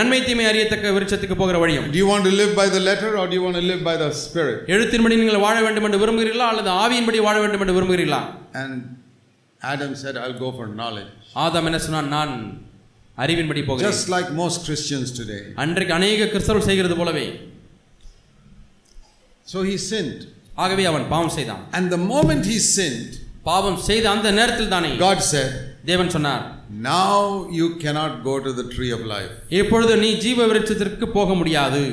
Speaker 3: நன்மை தீமை அறியத்தக்க விருட்சத்துக்கு போகிற வழியும்
Speaker 2: Do you want to live by the letter or do you want to live by the spirit?
Speaker 3: எழுத்தின்படி நீங்கள் வாழ வேண்டும் என்று விரும்புகிறீர்களா அல்லது ஆவியின்படி வாழ வேண்டும் என்று விரும்புகிறீர்களா
Speaker 2: And Adam said, I'll go for knowledge.
Speaker 3: ஆதாம் என்ன சொன்னான் நான் அறிவின்படி போகிறேன்
Speaker 2: Just like most Christians today.
Speaker 3: அன்றைக்கு அநேக கிறிஸ்தவர்கள் செய்கிறது போலவே
Speaker 2: So he sinned.
Speaker 3: ஆகவே அவன் பாவம் செய்தான்
Speaker 2: And the moment he sinned,
Speaker 3: பாவம் செய்த அந்த நேரத்தில் தானே
Speaker 2: God said,
Speaker 3: தேவன் சொன்னார்
Speaker 2: Now you cannot go to the tree of life.
Speaker 3: இப்பொழுது நீ ஜீவ விருட்சத்திற்கு போக முடியாது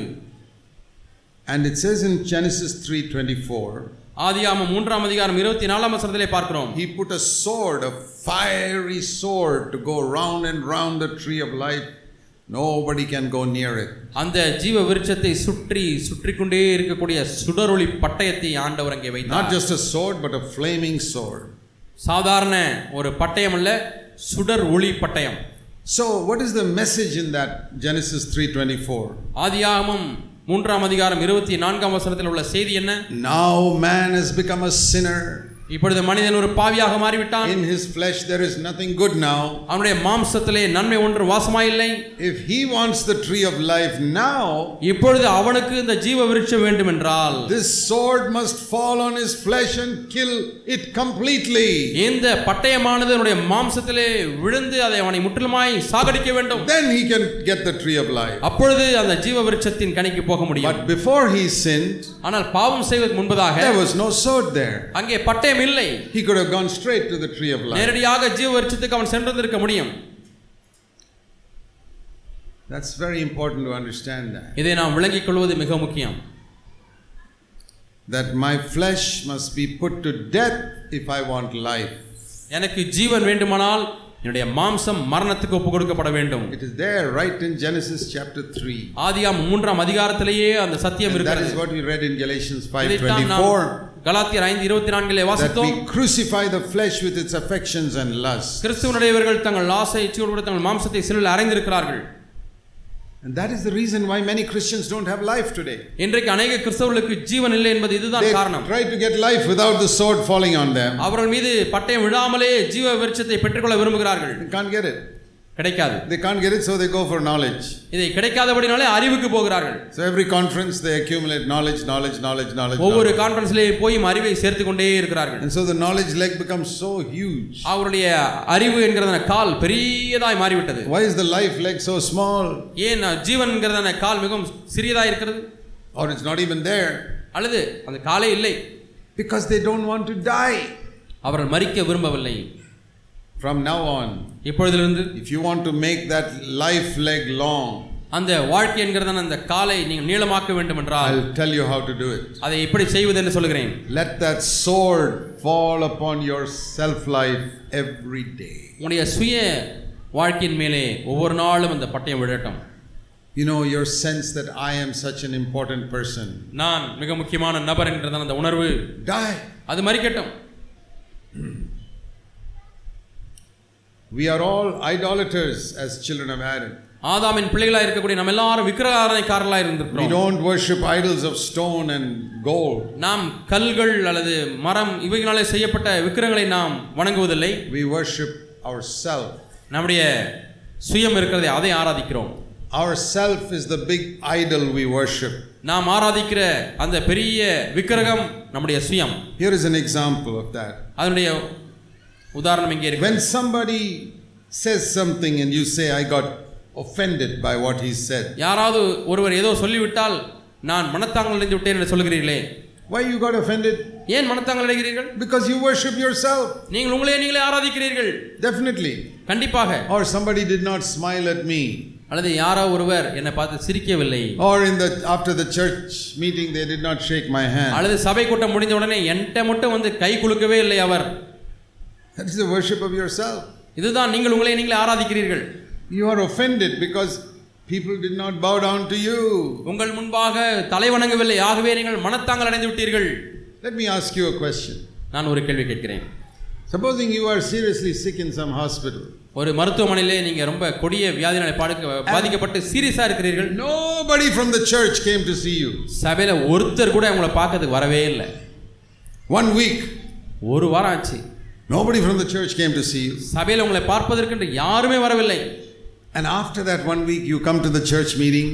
Speaker 2: And it says in Genesis 3:24,
Speaker 3: ஆதியாமம் மூன்றாம் அதிகாரம் இருபத்தி நாலாம் வசனத்திலே பார்க்கிறோம்
Speaker 2: he put a sword, a fiery sword, to go round and round the tree of life. Nobody can go near it.
Speaker 3: அந்த ஜீவ விருட்சத்தை சுற்றி சுற்றி கொண்டே இருக்கக்கூடிய சுடரொளி பட்டயத்தை ஆண்டவர் அங்கே
Speaker 2: Not
Speaker 3: வைத்தார்
Speaker 2: just a sword, but a flaming sword.
Speaker 3: சாதாரண ஒரு பட்டயம் அல்ல சுடர் ஒளி பட்டயம்
Speaker 2: So, what is the message in that Genesis 3:24?
Speaker 3: ஆதியாகமம் மூன்றாம் அதிகாரம் இருபத்தி நான்காம் வசனத்தில் உள்ள செய்தி என்ன
Speaker 2: Now man has become a sinner.
Speaker 3: இப்பொழுது மனிதன் ஒரு பாவியாக மாறிவிட்டான்
Speaker 2: In his flesh there is nothing good now.
Speaker 3: அவனுடைய மாம்சத்திலே நன்மை ஒன்று வாசமாயில்லை
Speaker 2: If he wants the tree of life now,
Speaker 3: இப்பொழுது அவனுக்கு இந்த ஜீவ விருட்சம் வேண்டுமென்றால்
Speaker 2: this sword must fall on his flesh and kill it completely.
Speaker 3: இந்த பட்டயமானது அவனுடைய மாம்சத்திலே விழுந்து அதை அவனை முற்றிலுமாய் சாகடிக்க வேண்டும்
Speaker 2: Then he can get the tree of life.
Speaker 3: அப்பொழுது அந்த ஜீவ விருட்சத்தின் கனிக்கு போக முடியும்
Speaker 2: But before he sinned,
Speaker 3: ஆனால் பாவம் செய்வதற்கு முன்பதாக
Speaker 2: there was no sword there.
Speaker 3: அங்கே பட்டயம் இல்லை
Speaker 2: He could have gone straight to the tree of life.
Speaker 3: நேரடியாக ஜீவ விருட்சத்துக்கு அவன் சென்றிருந்திருக்க முடியும்
Speaker 2: That's very important to understand that.
Speaker 3: இதை நாம் விளங்கிக் கொள்வது மிக முக்கியம்
Speaker 2: that my flesh must be put to death if I want life.
Speaker 3: எனக்கு ஜீவன் வேண்டுமானால் என்னுடைய மாம்சம் மரணத்துக்கு ஒப்பு கொடுக்கப்பட வேண்டும்
Speaker 2: It is there right in Genesis chapter 3.
Speaker 3: ஆதியாம் மூன்றாம் அதிகாரத்திலேயே அந்த சத்தியம்
Speaker 2: And that
Speaker 3: இருக்கிறது
Speaker 2: is what we read in Galatians
Speaker 3: இதைத்தான் நாம்
Speaker 2: 5:24
Speaker 3: கலாத்தியர் ஐந்து இருபத்தி நான்கிலே
Speaker 2: that
Speaker 3: வாசித்தோம்
Speaker 2: we crucify the flesh with its affections and lusts.
Speaker 3: கிறிஸ்துவனுடையவர்கள் தங்கள் ஆசை இச்சையோடு கூட தங்கள் மாம்சத்தை சிலுவில் அறைந்திருக்கிறார்கள்
Speaker 2: And that is the reason why many Christians don't have life today.
Speaker 3: இன்றைக்கு அநேக கிறிஸ்தவர்களுக்கு ஜீவன் இல்லை என்பது இதுதான்
Speaker 2: They
Speaker 3: காரணம்
Speaker 2: try to get life without the sword falling on them.
Speaker 3: அவர்கள் மீது பட்டயம் விழாமலே ஜீவ விருட்சத்தை பெற்றுக்கொள்ள விரும்புகிறார்கள்
Speaker 2: They can't get it.
Speaker 3: கிடைக்காது
Speaker 2: They can't get it, so they go for knowledge.
Speaker 3: இதை கிடைக்காதபடினாலே அறிவுக்கு போகிறார்கள்
Speaker 2: So every conference they accumulate knowledge, knowledge, knowledge, knowledge.
Speaker 3: ஒவ்வொரு
Speaker 2: knowledge.
Speaker 3: கான்ஃபரன்ஸ்லேயும் போய் அறிவை சேர்த்து கொண்டே இருக்கிறார்கள்
Speaker 2: And so the knowledge leg becomes so huge.
Speaker 3: அவருடைய அறிவு என்கிறதான கால் பெரியதாய் மாறிவிட்டது
Speaker 2: Why is the life leg so small?
Speaker 3: ஏன் ஜீவன்கிறதான கால் மிகவும் சிறியதாய் இருக்கிறது
Speaker 2: Or it's not even there?
Speaker 3: அல்லது அந்த காலே இல்லை
Speaker 2: Because they don't want to die.
Speaker 3: அவர்கள் மறிக்க விரும்பவில்லை
Speaker 2: From now on,
Speaker 3: இப்பொழுதிலிருந்து
Speaker 2: if you want to make that life leg long,
Speaker 3: அந்த வாழ்க்கை என்கிறதான அந்த காலை நீங்கள் நீளமாக்க வேண்டும் என்றால்
Speaker 2: I'll tell you how to do it.
Speaker 3: அதை எப்படி செய்வது என்று சொல்கிறேன்
Speaker 2: Let that sword fall upon your self life every day.
Speaker 3: உன்னுடைய சுய வாழ்க்கையின் மேலே ஒவ்வொரு நாளும் அந்த பட்டயம் விழட்டும்
Speaker 2: You know, your sense that I am such an important person.
Speaker 3: நான் மிக முக்கியமான நபர் என்கிறதான அந்த உணர்வு
Speaker 2: Die.
Speaker 3: அது மறிக்கட்டும்
Speaker 2: We are all idolaters as children of Adam.
Speaker 3: ஆதாமின் பிள்ளைகளாக இருக்கக்கூடிய நம்ம எல்லாரும் விக்கிரக ஆராதனைக்காரர்களாக
Speaker 2: We
Speaker 3: இருந்திருக்கிறோம்
Speaker 2: don't worship idols of stone and gold.
Speaker 3: நாம் கல்கள் அல்லது மரம் இவைகளாலே செய்யப்பட்ட விக்கிரங்களை நாம் வணங்குவதில்லை
Speaker 2: We worship ourself.
Speaker 3: நம்முடைய சுயம் இருக்கிறதை அதை ஆராதிக்கிறோம்
Speaker 2: Ourself is the big idol we worship.
Speaker 3: நாம் ஆராதிக்கிற அந்த பெரிய விக்கிரகம் நம்முடைய சுயம்
Speaker 2: Here is an example of that.
Speaker 3: அதனுடைய உதாரணம் இங்கே இருக்கு
Speaker 2: When somebody says something and you say, I got offended by what he said,
Speaker 3: யாராவது ஒருவர் ஏதோ சொல்லிவிட்டால் நான் மனத்தாங்கல் அடைந்து விட்டேன் என்று சொல்கிறீர்களே
Speaker 2: why you got offended?
Speaker 3: ஏன் மனத்தாங்கல் அடைகிறீர்கள்
Speaker 2: Because you worship yourself,
Speaker 3: நீங்கள் உங்களையே நீங்களே ஆராதிக்கிறீர்கள்
Speaker 2: definitely.
Speaker 3: கண்டிப்பாக
Speaker 2: Or somebody did not smile at me.
Speaker 3: அல்லது யாரோ ஒருவர் என்னை பார்த்து சிரிக்கவில்லை
Speaker 2: Or in the after the church meeting they did not shake my hand.
Speaker 3: அல்லது சபை கூட்டம் முடிந்த உடனே என்கிட்ட மட்டும் வந்து கை குலுக்கவே இல்லை அவர்
Speaker 2: That is the worship of yourself.
Speaker 3: இதுதான் நீங்கள் உங்களை நீங்களே ஆராதிக்கிறீர்கள்
Speaker 2: You are offended because people did not bow down to you.
Speaker 3: உங்கள் முன்பாக தலை வணங்கவில்லை ஆகவே நீங்கள் மனத்தாங்கல் அடைந்து விட்டீர்கள்
Speaker 2: Let me ask you a question.
Speaker 3: நான் ஒரு கேள்வி கேட்கிறேன்
Speaker 2: Supposing you are seriously sick in some hospital.
Speaker 3: ஒரு மருத்துவமனையிலே நீங்க ரொம்ப கொடிய வியாதினால பாடுக்க பாதிக்கப்பட்டு சீரியஸா இருக்கிறீர்கள்
Speaker 2: Nobody from the church came to see you.
Speaker 3: சபையில ஒருத்தர் கூட உங்களை பார்க்கறதுக்கு வரவே இல்லை
Speaker 2: One week,
Speaker 3: ஒரு வாரம் ஆச்சு
Speaker 2: nobody from the church came to see you.
Speaker 3: சபையில உங்களை பார்ப்பதற்கென்று யாருமே வரவில்லை
Speaker 2: And after that one week, you come to the church meeting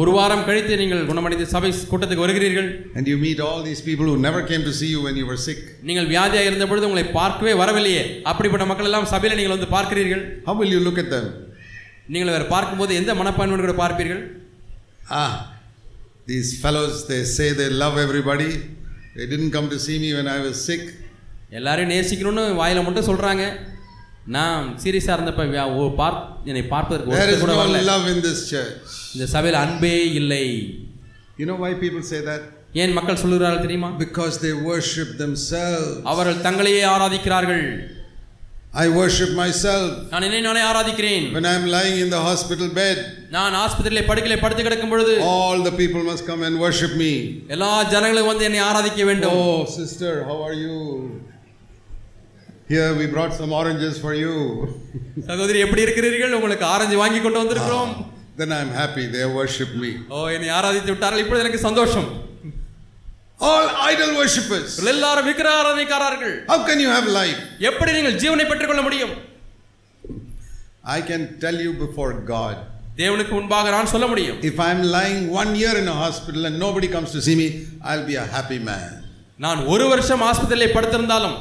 Speaker 3: ஒரு வாரம் கழித்து நீங்கள் குணமடைந்து சபை கூட்டத்துக்கு வருகிறீர்கள்
Speaker 2: and you meet all these people who never came to see you when you were sick.
Speaker 3: நீங்கள் வியாதியாக இருந்த பொழுது உங்களை பார்க்கவே வரவில்லையே அப்படிப்பட்ட மக்கள் எல்லாம் சபையில நீங்கள் வந்து பார்க்கிறீர்கள்
Speaker 2: How will you look at them?
Speaker 3: நீங்கள் வேறு பார்க்கும்போது எந்த மனப்பான்மையோடு கூட பார்ப்பீர்கள்
Speaker 2: Ah, these fellows, they say they love everybody. They didn't come to see me when I was sick.
Speaker 3: எல்லாரையும் நேசிக்கணும்னு வாயில மட்டும் சொல்றாங்க நான் சீரியஸா இருந்தப்ப வியா- ஓ பார் என்னை பார்ப்பதற்கு
Speaker 2: There
Speaker 3: ஒருத்தர்
Speaker 2: is
Speaker 3: கூட
Speaker 2: no
Speaker 3: வரல
Speaker 2: love in this church.
Speaker 3: இந்த சபையில் அன்பே இல்லை
Speaker 2: You know why people say that?
Speaker 3: ஏன் மக்கள் சொல்லுகிறார்கள் தெரியுமா
Speaker 2: Because they worship themselves.
Speaker 3: அவர்கள் தங்களையே ஆராதிக்கிறார்கள்
Speaker 2: I worship myself.
Speaker 3: நான் என்னை நானே ஆராதிக்கிறேன்
Speaker 2: When I'm lying in the hospital bed,
Speaker 3: நான் ஆஸ்பத்திரியிலே படுக்கையில படுத்து கிடக்கும் பொழுது
Speaker 2: all the people must come and worship me.
Speaker 3: எல்லா ஜனங்களும் வந்து என்னை ஆராதிக்க வேண்டும்
Speaker 2: Oh, sister, how are you? Here we brought some oranges for you.
Speaker 3: சகோதரி எப்படி இருக்கிறீர்கள் உங்களுக்கு ஆரஞ்சு வாங்கி கொண்டு வந்திருக்கிறோம்
Speaker 2: Then I'm happy they worship me.
Speaker 3: ஓ என்னை ஆராதித்து விட்டார்கள் இப்பொழுது எனக்கு சந்தோஷம்
Speaker 2: All idol worshippers.
Speaker 3: இவர்கள் எல்லாரும் விக்கிர ஆராதனைக்காரர்கள்
Speaker 2: How can you have life?
Speaker 3: எப்படி நீங்கள் ஜீவனை பெற்றுக்கொள்ள முடியும்
Speaker 2: I can tell you before God.
Speaker 3: தேவனுக்கு முன்பாக நான் சொல்ல முடியும்
Speaker 2: If I'm lying one year in a hospital and nobody comes to see me, I'll be a happy man.
Speaker 3: நான் ஒரு வருஷம் ஆஸ்பத்திரியிலே படுத்திருந்தாலும்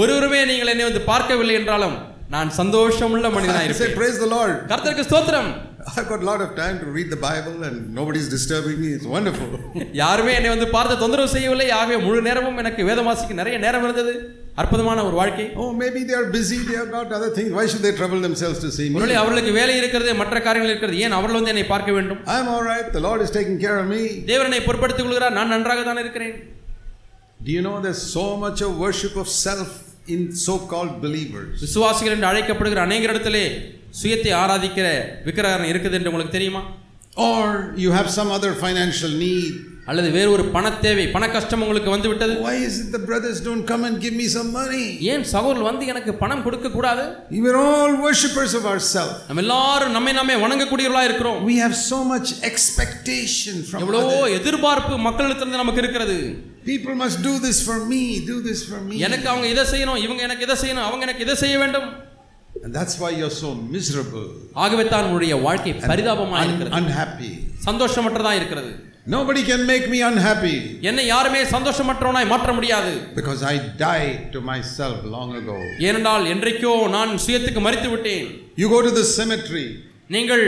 Speaker 3: ஒருவருமே நீங்கள் என்னை வந்து பார்க்கவில்லை என்றாலும் நான் சந்தோஷமுள்ள மனிதனாக
Speaker 2: I say,
Speaker 3: இருப்பேன்
Speaker 2: praise the Lord.
Speaker 3: கர்த்தருக்கு ஸ்தோத்திரம்
Speaker 2: I've got a lot of time to read the Bible and nobody's disturbing me. It's wonderful.
Speaker 3: யாருமே என்னை வந்து பார்த்து தொந்தரவு செய்யவில்லை ஆகவே முழு நேரமும் எனக்கு வேத வாசிக்க நிறைய நேரம் இருந்தது அற்புதமான ஒரு வாழ்க்கை
Speaker 2: Oh, maybe they are busy, they have got other things. Why should they trouble themselves to see
Speaker 3: ஒருவேளை
Speaker 2: me?
Speaker 3: அவர்களுக்கு வேலை இருக்கிறது மற்ற காரியங்கள் இருக்கிறது ஏன் அவர்கள் வந்து என்னை பார்க்க வேண்டும்
Speaker 2: I'm all right, the Lord is taking care of me.
Speaker 3: தேவனை பொறுப்படுத்திக் கொள்கிறார் நான் நன்றாக தான் இருக்கிறேன்
Speaker 2: Do you know there's so much of worship of self in so called believers.
Speaker 3: விசுவாசிகள் என்று அழைக்கப்படுகிற அநேகரிடத்திலே சுயத்தை ஆராதிக்கிற விக்கிரகம் இருக்குது என்று உங்களுக்கு தெரியுமா
Speaker 2: Or you have some other financial need.
Speaker 3: அல்லது வேறு ஒரு பண தேவை பண கஷ்டம் உங்களுக்கு வந்து விட்டது
Speaker 2: Why is it the brothers don't come and give me some money?
Speaker 3: ஏன் சகோதரர் வந்து எனக்கு பணம் கொடுக்க கூடாது
Speaker 2: We were all worshippers of ourselves.
Speaker 3: நம்ம எல்லாரும் நம்மை நாமே வணங்கக்கூடியவர்களா இருக்கிறோம்
Speaker 2: We have so much expectation from
Speaker 3: எவ்வளவோ
Speaker 2: others.
Speaker 3: எதிர்பார்ப்பு மக்களிடத்திலிருந்து நமக்கு இருக்கிறது
Speaker 2: People must do this for me, do this for me.
Speaker 3: எனக்கு அவங்க இதை செய்யணும் இவங்க எனக்கு இதை செய்யணும் அவங்க எனக்கு இதை செய்ய வேண்டும்
Speaker 2: And that's why you're so miserable,
Speaker 3: ஆகவே தான் உங்களுடைய வாழ்க்கை பரிதாபமாக
Speaker 2: un-
Speaker 3: இருக்கிறது
Speaker 2: unhappy.
Speaker 3: சந்தோஷமற்றதா இருக்கிறது
Speaker 2: Nobody can make me unhappy
Speaker 3: என்னை யாருமே சந்தோஷமற்றவனாய் மாற்ற முடியாது
Speaker 2: because I died to myself long ago.
Speaker 3: ஏனென்றால் என்றைக்கோ நான் சுயத்துக்கு மறித்து விட்டேன்
Speaker 2: You go to the cemetery,
Speaker 3: நீங்கள்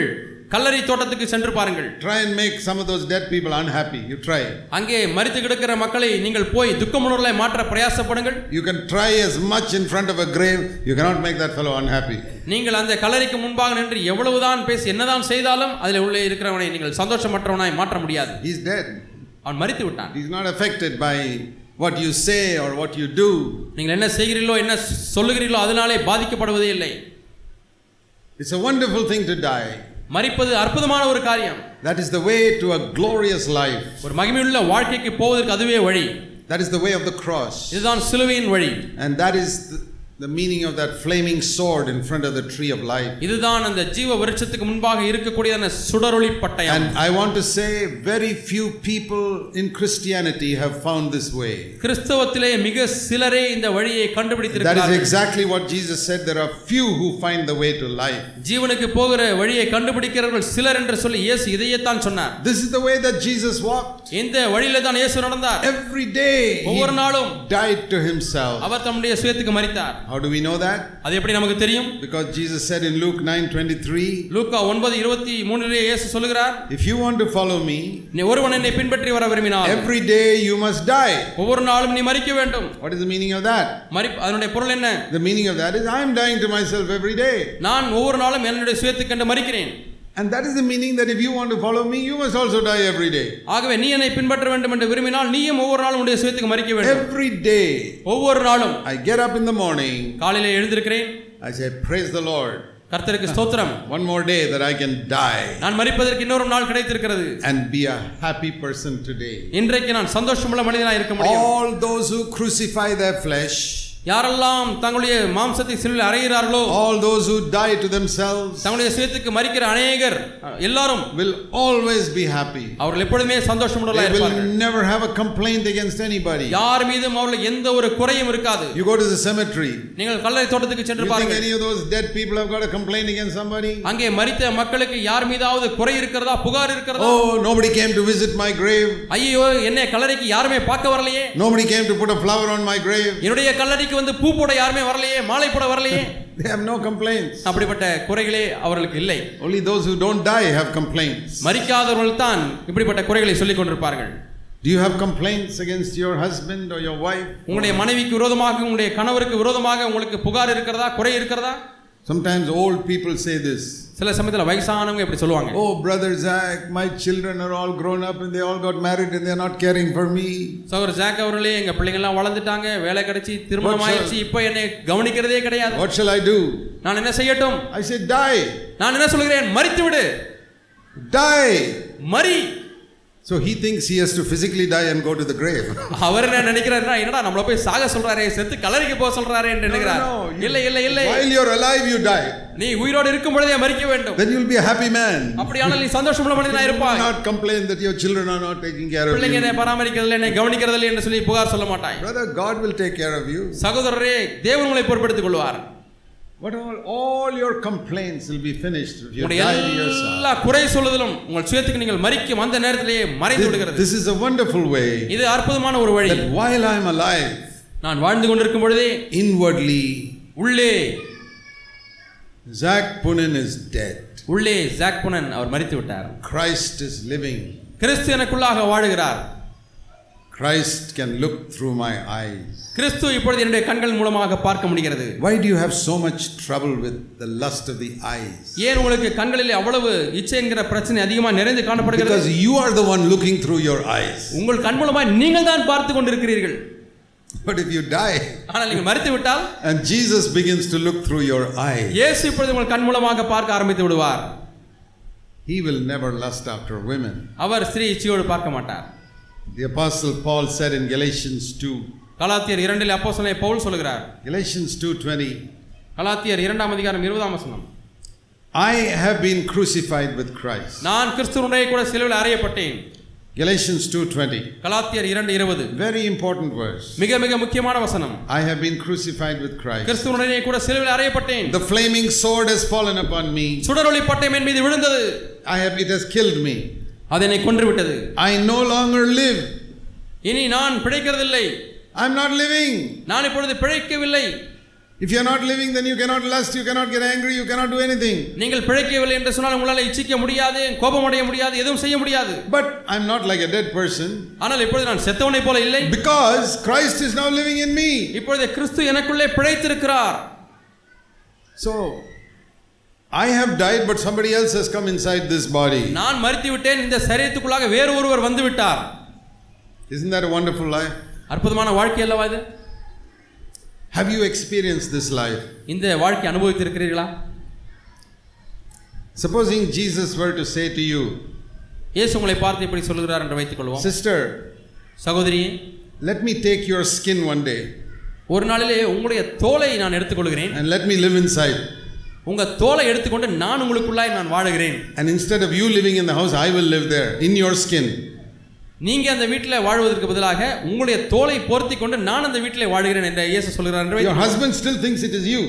Speaker 3: கல்லறை தோட்டத்துக்கு சென்று பாருங்கள்
Speaker 2: try and make some of those dead people unhappy. You try.
Speaker 3: அங்கே மறித்து கிடக்கிற மக்களை நீங்கள் போய் துக்கமுணர்வுகளை மாற்ற பிரயாசப்படுங்கள்
Speaker 2: You can try as much in front of a grave, you cannot make that fellow unhappy.
Speaker 3: நீங்கள் அந்த கல்லறைக்கு முன்பாக நின்று எவ்வளவுதான் பேசி என்னதான் செய்தாலும் அதில் உள்ளே இருக்கிறவனை நீங்கள் சந்தோஷமற்றவனாய் மாற்ற முடியாது
Speaker 2: He's dead.
Speaker 3: அவன் மறித்து விட்டான்
Speaker 2: He's not affected by what you say or what you do.
Speaker 3: நீங்கள் என்ன செய்கிறீர்களோ என்ன சொல்லுகிறீர்களோ அதனாலே பாதிக்கப்படுவதே இல்லை
Speaker 2: It's a wonderful thing to die.
Speaker 3: மறிப்பது அற்புதமான ஒரு காரியம்
Speaker 2: That is the way to a glorious life.
Speaker 3: ஒரு மகிமையுள்ள வாழ்க்கைக்கு போவதற்கு அதுவே வழி
Speaker 2: That is the way of the cross.
Speaker 3: இதுதான் சிலுவையின் வழி
Speaker 2: And that is the, the meaning of that flaming sword in front of the tree of life.
Speaker 3: இதுதான் அந்த ஜீவ விருட்சத்துக்கு முன்பாக இருக்கக்கூடிய அந்த சுடரொளி பட்டயம்
Speaker 2: And I want to say, very few people in Christianity have found this way.
Speaker 3: கிறிஸ்தவத்திலே மிக சிலரே இந்த வழியை
Speaker 2: That is
Speaker 3: கண்டுபிடித்திருக்கிறார்கள்
Speaker 2: exactly what Jesus said. There are few who find the way to life.
Speaker 3: ஜீவனுக்கு போகிற வழியை கண்டுபிடிக்கிறவர்கள் சிலர் என்று சொல்லி இயேசு இதையேத்தான் சொன்னார்
Speaker 2: This is the way that Jesus walked.
Speaker 3: இந்த வழியில தான் இயேசு நடந்தார்
Speaker 2: Every day, he
Speaker 3: ஒவ்வொரு நாளும்
Speaker 2: died to himself.
Speaker 3: அவர் தம்முடைய சுயத்துக்கு மறித்தார்
Speaker 2: How do we know that?
Speaker 3: அது எப்படி நமக்கு தெரியும்
Speaker 2: Because Jesus said in Luke 9:23,
Speaker 3: லூக்கா ஒன்பது இருபத்தி மூணிலே இயேசு சொல்லுகிறார்
Speaker 2: if you want to follow me,
Speaker 3: நீ ஒருவன் என்னை பின்பற்றி வர விரும்பினால்
Speaker 2: every day you must die.
Speaker 3: ஒவ்வொரு நாளும் நீ மறிக்க வேண்டும்
Speaker 2: What is the meaning of that?
Speaker 3: மறி அதனுடைய பொருள் என்ன
Speaker 2: The meaning of that is I am dying to myself every day.
Speaker 3: நான் ஒவ்வொரு நாளும் என்னுடைய சுயத்துக்கு என்று மறிக்கிறேன்
Speaker 2: And that is the meaning that if you want to follow me, you must also die every day.
Speaker 3: ஆகவே நீ என்னை பின்பற்ற வேண்டும் என்று விரும்பினால் நீயும் ஒவ்வொரு நாளும் உன்னுடைய சுயத்துக்கு மறிக்க வேண்டும்
Speaker 2: Every day
Speaker 3: ஒவ்வொரு நாளும்
Speaker 2: I get up in the morning,
Speaker 3: காலையில எழுந்திருக்கிறேன்
Speaker 2: I say, Praise the Lord.
Speaker 3: கர்த்தருக்கு ஸ்தோத்திரம்
Speaker 2: One more day that I can die
Speaker 3: நான் மறிப்பதற்கு இன்னொரு நாள் கிடைத்திருக்கிறது
Speaker 2: and be a happy person today.
Speaker 3: இன்றைக்கு நான் சந்தோஷமுள்ள மனிதனாக இருக்க முடியும்
Speaker 2: All those who crucify their flesh,
Speaker 3: யாரெல்லாம் தங்களுடைய மாம்சத்தை சிலுவில் அறைகிறார்களோ
Speaker 2: all those who die to themselves,
Speaker 3: தங்களுடைய சுயத்துக்கு மறிக்கிற அநேகர் அஹ், எல்லாரும்
Speaker 2: will always be happy.
Speaker 3: அவர்கள் எப்பொழுதுமே சந்தோஷமுடலா
Speaker 2: They will
Speaker 3: இருப்பார்கள்
Speaker 2: never have a complaint against anybody.
Speaker 3: யார் மீதும் அவர்களுக்கு எந்த ஒரு குறையும் இருக்காது
Speaker 2: You go to the cemetery,
Speaker 3: நீங்கள் கல்லறை தோட்டத்துக்கு சென்று
Speaker 2: you think
Speaker 3: பாருங்கள்
Speaker 2: any of those dead people have got a complaint against somebody?
Speaker 3: அங்கே மறித்த மக்களுக்கு யார் மீதாவது குறை இருக்கிறதா புகார் இருக்கிறதா
Speaker 2: Oh, nobody came to visit my grave.
Speaker 3: ஐயோ என்னை கல்லறைக்கு யாருமே பார்க்க வரலையே
Speaker 2: Nobody came to put a flower on my grave.
Speaker 3: என்னுடைய கல்லறைக்கு வந்து பூ போட யாருமே வரலையே மாலை போட வரலையே
Speaker 2: They have no complaints.
Speaker 3: அப்படிப்பட்ட குறைகளே அவர்களுக்கு இல்லை
Speaker 2: Only those who don't die have complaints.
Speaker 3: மறிக்காதவர்கள் தான் இப்படிப்பட்ட குறைகளை சொல்லிக் கொண்டிருப்பார்கள்
Speaker 2: Do you have complaints against your husband or your wife?
Speaker 3: உங்களுடைய மனைவிக்கு விரோதமாக உங்களுடைய கணவருக்கு விரோதமாக உங்களுக்கு புகார் இருக்கிறதா குறை இருக்கிறதா
Speaker 2: Sometimes old people say this.
Speaker 3: சில சமயத்தில் வயசானவங்க இப்படி சொல்லுவாங்க
Speaker 2: Oh, brother Zach, my children are all grown up and they all got married and they're not caring for me.
Speaker 3: சகோதர ஜாக் அவர்களே எங்க பிள்ளைங்கெல்லாம் வளர்ந்துட்டாங்க வேலை கிடைச்சி திருமணம்
Speaker 2: What, sir?
Speaker 3: ஆயிடுச்சு இப்போ என்னை கவனிக்கிறதே கிடையாது
Speaker 2: What shall I do?
Speaker 3: நான் என்ன செய்யட்டும்
Speaker 2: I say, die,
Speaker 3: நான் என்ன சொல்கிறேன் மறித்து விடு
Speaker 2: die.
Speaker 3: மறி
Speaker 2: So he thinks he has to physically die and go to the grave.
Speaker 3: அவர் என்ன நினைக்கிறாருன்னா என்னடா நம்மள போய் சாக சொல்றாரே செத்து கலரிக்கு போக சொல்றாரே என்று நினைக்கிறார் இல்ல இல்ல இல்ல
Speaker 2: While you're alive, you die.
Speaker 3: நீ உயிரோடு இருக்கும் பொழுதே மறிக்க வேண்டும்
Speaker 2: Then you'll be a happy man.
Speaker 3: அப்படியானால் நீ சந்தோஷமுள்ள மனிதனா
Speaker 2: You will
Speaker 3: இருப்பாய்
Speaker 2: not complain that your children are not taking care of
Speaker 3: பிள்ளைங்க
Speaker 2: you.
Speaker 3: என்னை பராமரிக்கிறதில்லை என்னை கவனிக்கிறதில்லை என்று சொல்லி புகார் சொல்ல மாட்டாய்
Speaker 2: Brother, God will take care of you.
Speaker 3: சகோதரரே தேவன் உங்களை பொறுப்பெடுத்துக் கொள்வார்
Speaker 2: What all, all your complaints will be finished if you
Speaker 3: உங்களுடைய
Speaker 2: die to yourself.
Speaker 3: எல்லா குறை சொல்லுதலும் உங்கள் சுயத்துக்கு நீங்கள் மறிக்கும் அந்த நேரத்திலேயே மறைந்து
Speaker 2: This,
Speaker 3: விடுகிறது
Speaker 2: this is a wonderful way
Speaker 3: இது அற்புதமான ஒரு வழி
Speaker 2: that while I'm alive,
Speaker 3: நான் வாழ்ந்து கொண்டிருக்கும் பொழுதே
Speaker 2: inwardly,
Speaker 3: உள்ளே
Speaker 2: Zach Punin is dead.
Speaker 3: உள்ளே ஜாக் புனன் அவர் மறித்து விட்டார்
Speaker 2: Christ is living.
Speaker 3: கிறிஸ்து எனக்குள்ளாக வாழுகிறார்
Speaker 2: Christ can look through my eyes.
Speaker 3: கிறிஸ்து இப்பொழுது என்னுடைய கண்கள் மூலமாக பார்க்க முடிகிறது
Speaker 2: Why do you have so much trouble with the lust of the eyes?
Speaker 3: ஏன் உங்களுக்கு கண்களில் அவ்வளவு இச்சை என்கிற பிரச்சனை அதிகமாக நிறைந்து காணப்படுகிறது
Speaker 2: Because you are the one looking through your eyes.
Speaker 3: உங்கள் கண் மூலமாய் நீங்கள் தான் பார்த்து கொண்டிருக்கிறீர்கள்
Speaker 2: But if you die
Speaker 3: ஆனால் நீங்கள் மறித்து விட்டால்
Speaker 2: and Jesus begins to look through your eye,
Speaker 3: இயேசு இப்பொழுது உங்கள் கண் மூலமாக பார்க்க ஆரம்பித்து விடுவார்
Speaker 2: he will never lust after women.
Speaker 3: அவர் ஸ்ரீ இச்சையோடு பார்க்க மாட்டார்
Speaker 2: The Apostle Paul said in Galatians 2,
Speaker 3: கலாத்தியர் இரண்டில் அப்போஸ்தலனை பவுல் சொல்கிறார்
Speaker 2: Galatians 2:20,
Speaker 3: கலாத்தியர் இரண்டாம் அதிகாரம் இருபதாம் வசனம்
Speaker 2: I have been crucified with Christ.
Speaker 3: நான் கிறிஸ்துவனுடைய கூட சிலுவையில் அறையப்பட்டேன்
Speaker 2: Galatians 2:20.
Speaker 3: கலாத்தியர் இரண்டு இருபது
Speaker 2: Very important verse.
Speaker 3: மிக மிக முக்கியமான வசனம்
Speaker 2: I have been crucified with Christ.
Speaker 3: கிறிஸ்துவனுடைய கூட சிலுவையில் அறையப்பட்டேன்
Speaker 2: The flaming sword has fallen upon me.
Speaker 3: சுடரொளி பட்டயம் என் மீது விழுந்தது
Speaker 2: I have it has killed me.
Speaker 3: அது என்னை கொன்று விட்டது
Speaker 2: I no longer live.
Speaker 3: இனி நான் பிழைக்கிறதில்லை
Speaker 2: I'm not living.
Speaker 3: நான் இப்பொழுது பிழைக்கவில்லை
Speaker 2: If you're not living, then you cannot lust, you cannot get angry, you cannot do anything.
Speaker 3: நீங்கள் பிழைக்கவில்லை என்று சொன்னால் உங்களால் இச்சிக்க முடியாது கோபமடைய முடியாது எதுவும் செய்ய முடியாது
Speaker 2: But I'm not like a dead person
Speaker 3: ஆனால் இப்பொழுது நான் செத்தவனைப் போல இல்லை
Speaker 2: because Christ is now living in me.
Speaker 3: இப்பொழுது கிறிஸ்து எனக்குள்ளே பிழைத்திருக்கிறார்
Speaker 2: So I have died, but somebody else has come inside this body.
Speaker 3: நான் மறித்து விட்டேன் இந்த சரீரத்துக்குள்ளாக வேறு ஒருவர் வந்து விட்டார்
Speaker 2: Isn't that a wonderful life?
Speaker 3: அற்புதமான வாழ்க்கை அல்லவா இது
Speaker 2: Have you experienced this life?
Speaker 3: இந்த வாழ்க்கை அனுபவித்திருக்கிறீர்களா
Speaker 2: Supposing Jesus were to say to you,
Speaker 3: இயேசு உங்களை பார்த்து இப்படி சொல்கிறார் என்று வைத்துக் கொள்வோம்
Speaker 2: Sister,
Speaker 3: சகோதரியே
Speaker 2: let me take your skin one day
Speaker 3: ஒரு நாளிலே உங்களுடைய தோலை நான் எடுத்துக்கொள்கிறேன்
Speaker 2: and let me live inside.
Speaker 3: உங்க தோலை எடுத்துக்கொண்டு நான் உங்களுக்குள்ளாய் நான் வாழுகிறேன்
Speaker 2: And instead of you living in the house, I will live there in your skin.
Speaker 3: நீங்க அந்த வீட்டில் வாழ்வதற்கு பதிலாக உங்களுடைய தோலை போர்த்தி கொண்டு நான் அந்த வீட்டிலே வாழ்கிறேன் என்று இயேசு சொல்கிறார் என்று
Speaker 2: Your
Speaker 3: வைத்துக் கொள்வோம்.
Speaker 2: husband still thinks it is you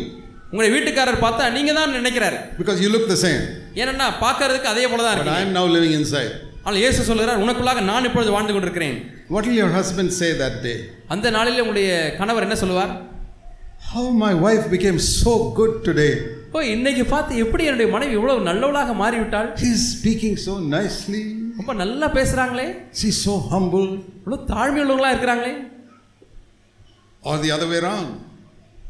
Speaker 3: உங்களுடைய வீட்டுக்காரர் பார்த்தா நீங்க தான் நினைக்கிறாரு
Speaker 2: because you look the same.
Speaker 3: ஏன்னா பார்க்கறதுக்கு அதே போல தான்
Speaker 2: But
Speaker 3: இருக்கு
Speaker 2: I am now living inside.
Speaker 3: ஆனால் இயேசு சொல்கிறார் உனக்குள்ளாக நான் இப்பொழுது வாழ்ந்து கொண்டிருக்கிறேன்
Speaker 2: What will your husband say that day?
Speaker 3: அந்த நாளில் உங்களுடைய கணவர் என்ன சொல்லுவார்
Speaker 2: How my wife became so good today.
Speaker 3: ஓ இன்னைக்கு பார்த்து எப்படி என்னுடைய மனைவி இவ்வளவு நல்லவளாக மாறிவிட்டாள்
Speaker 2: She's speaking so nicely.
Speaker 3: ரொம்ப நல்லா பேசுறாங்களே
Speaker 2: She's so humble.
Speaker 3: இவ்வளோ தாழ்மையுள்ளவங்களா இருக்கிறாங்களே
Speaker 2: Or the other way around.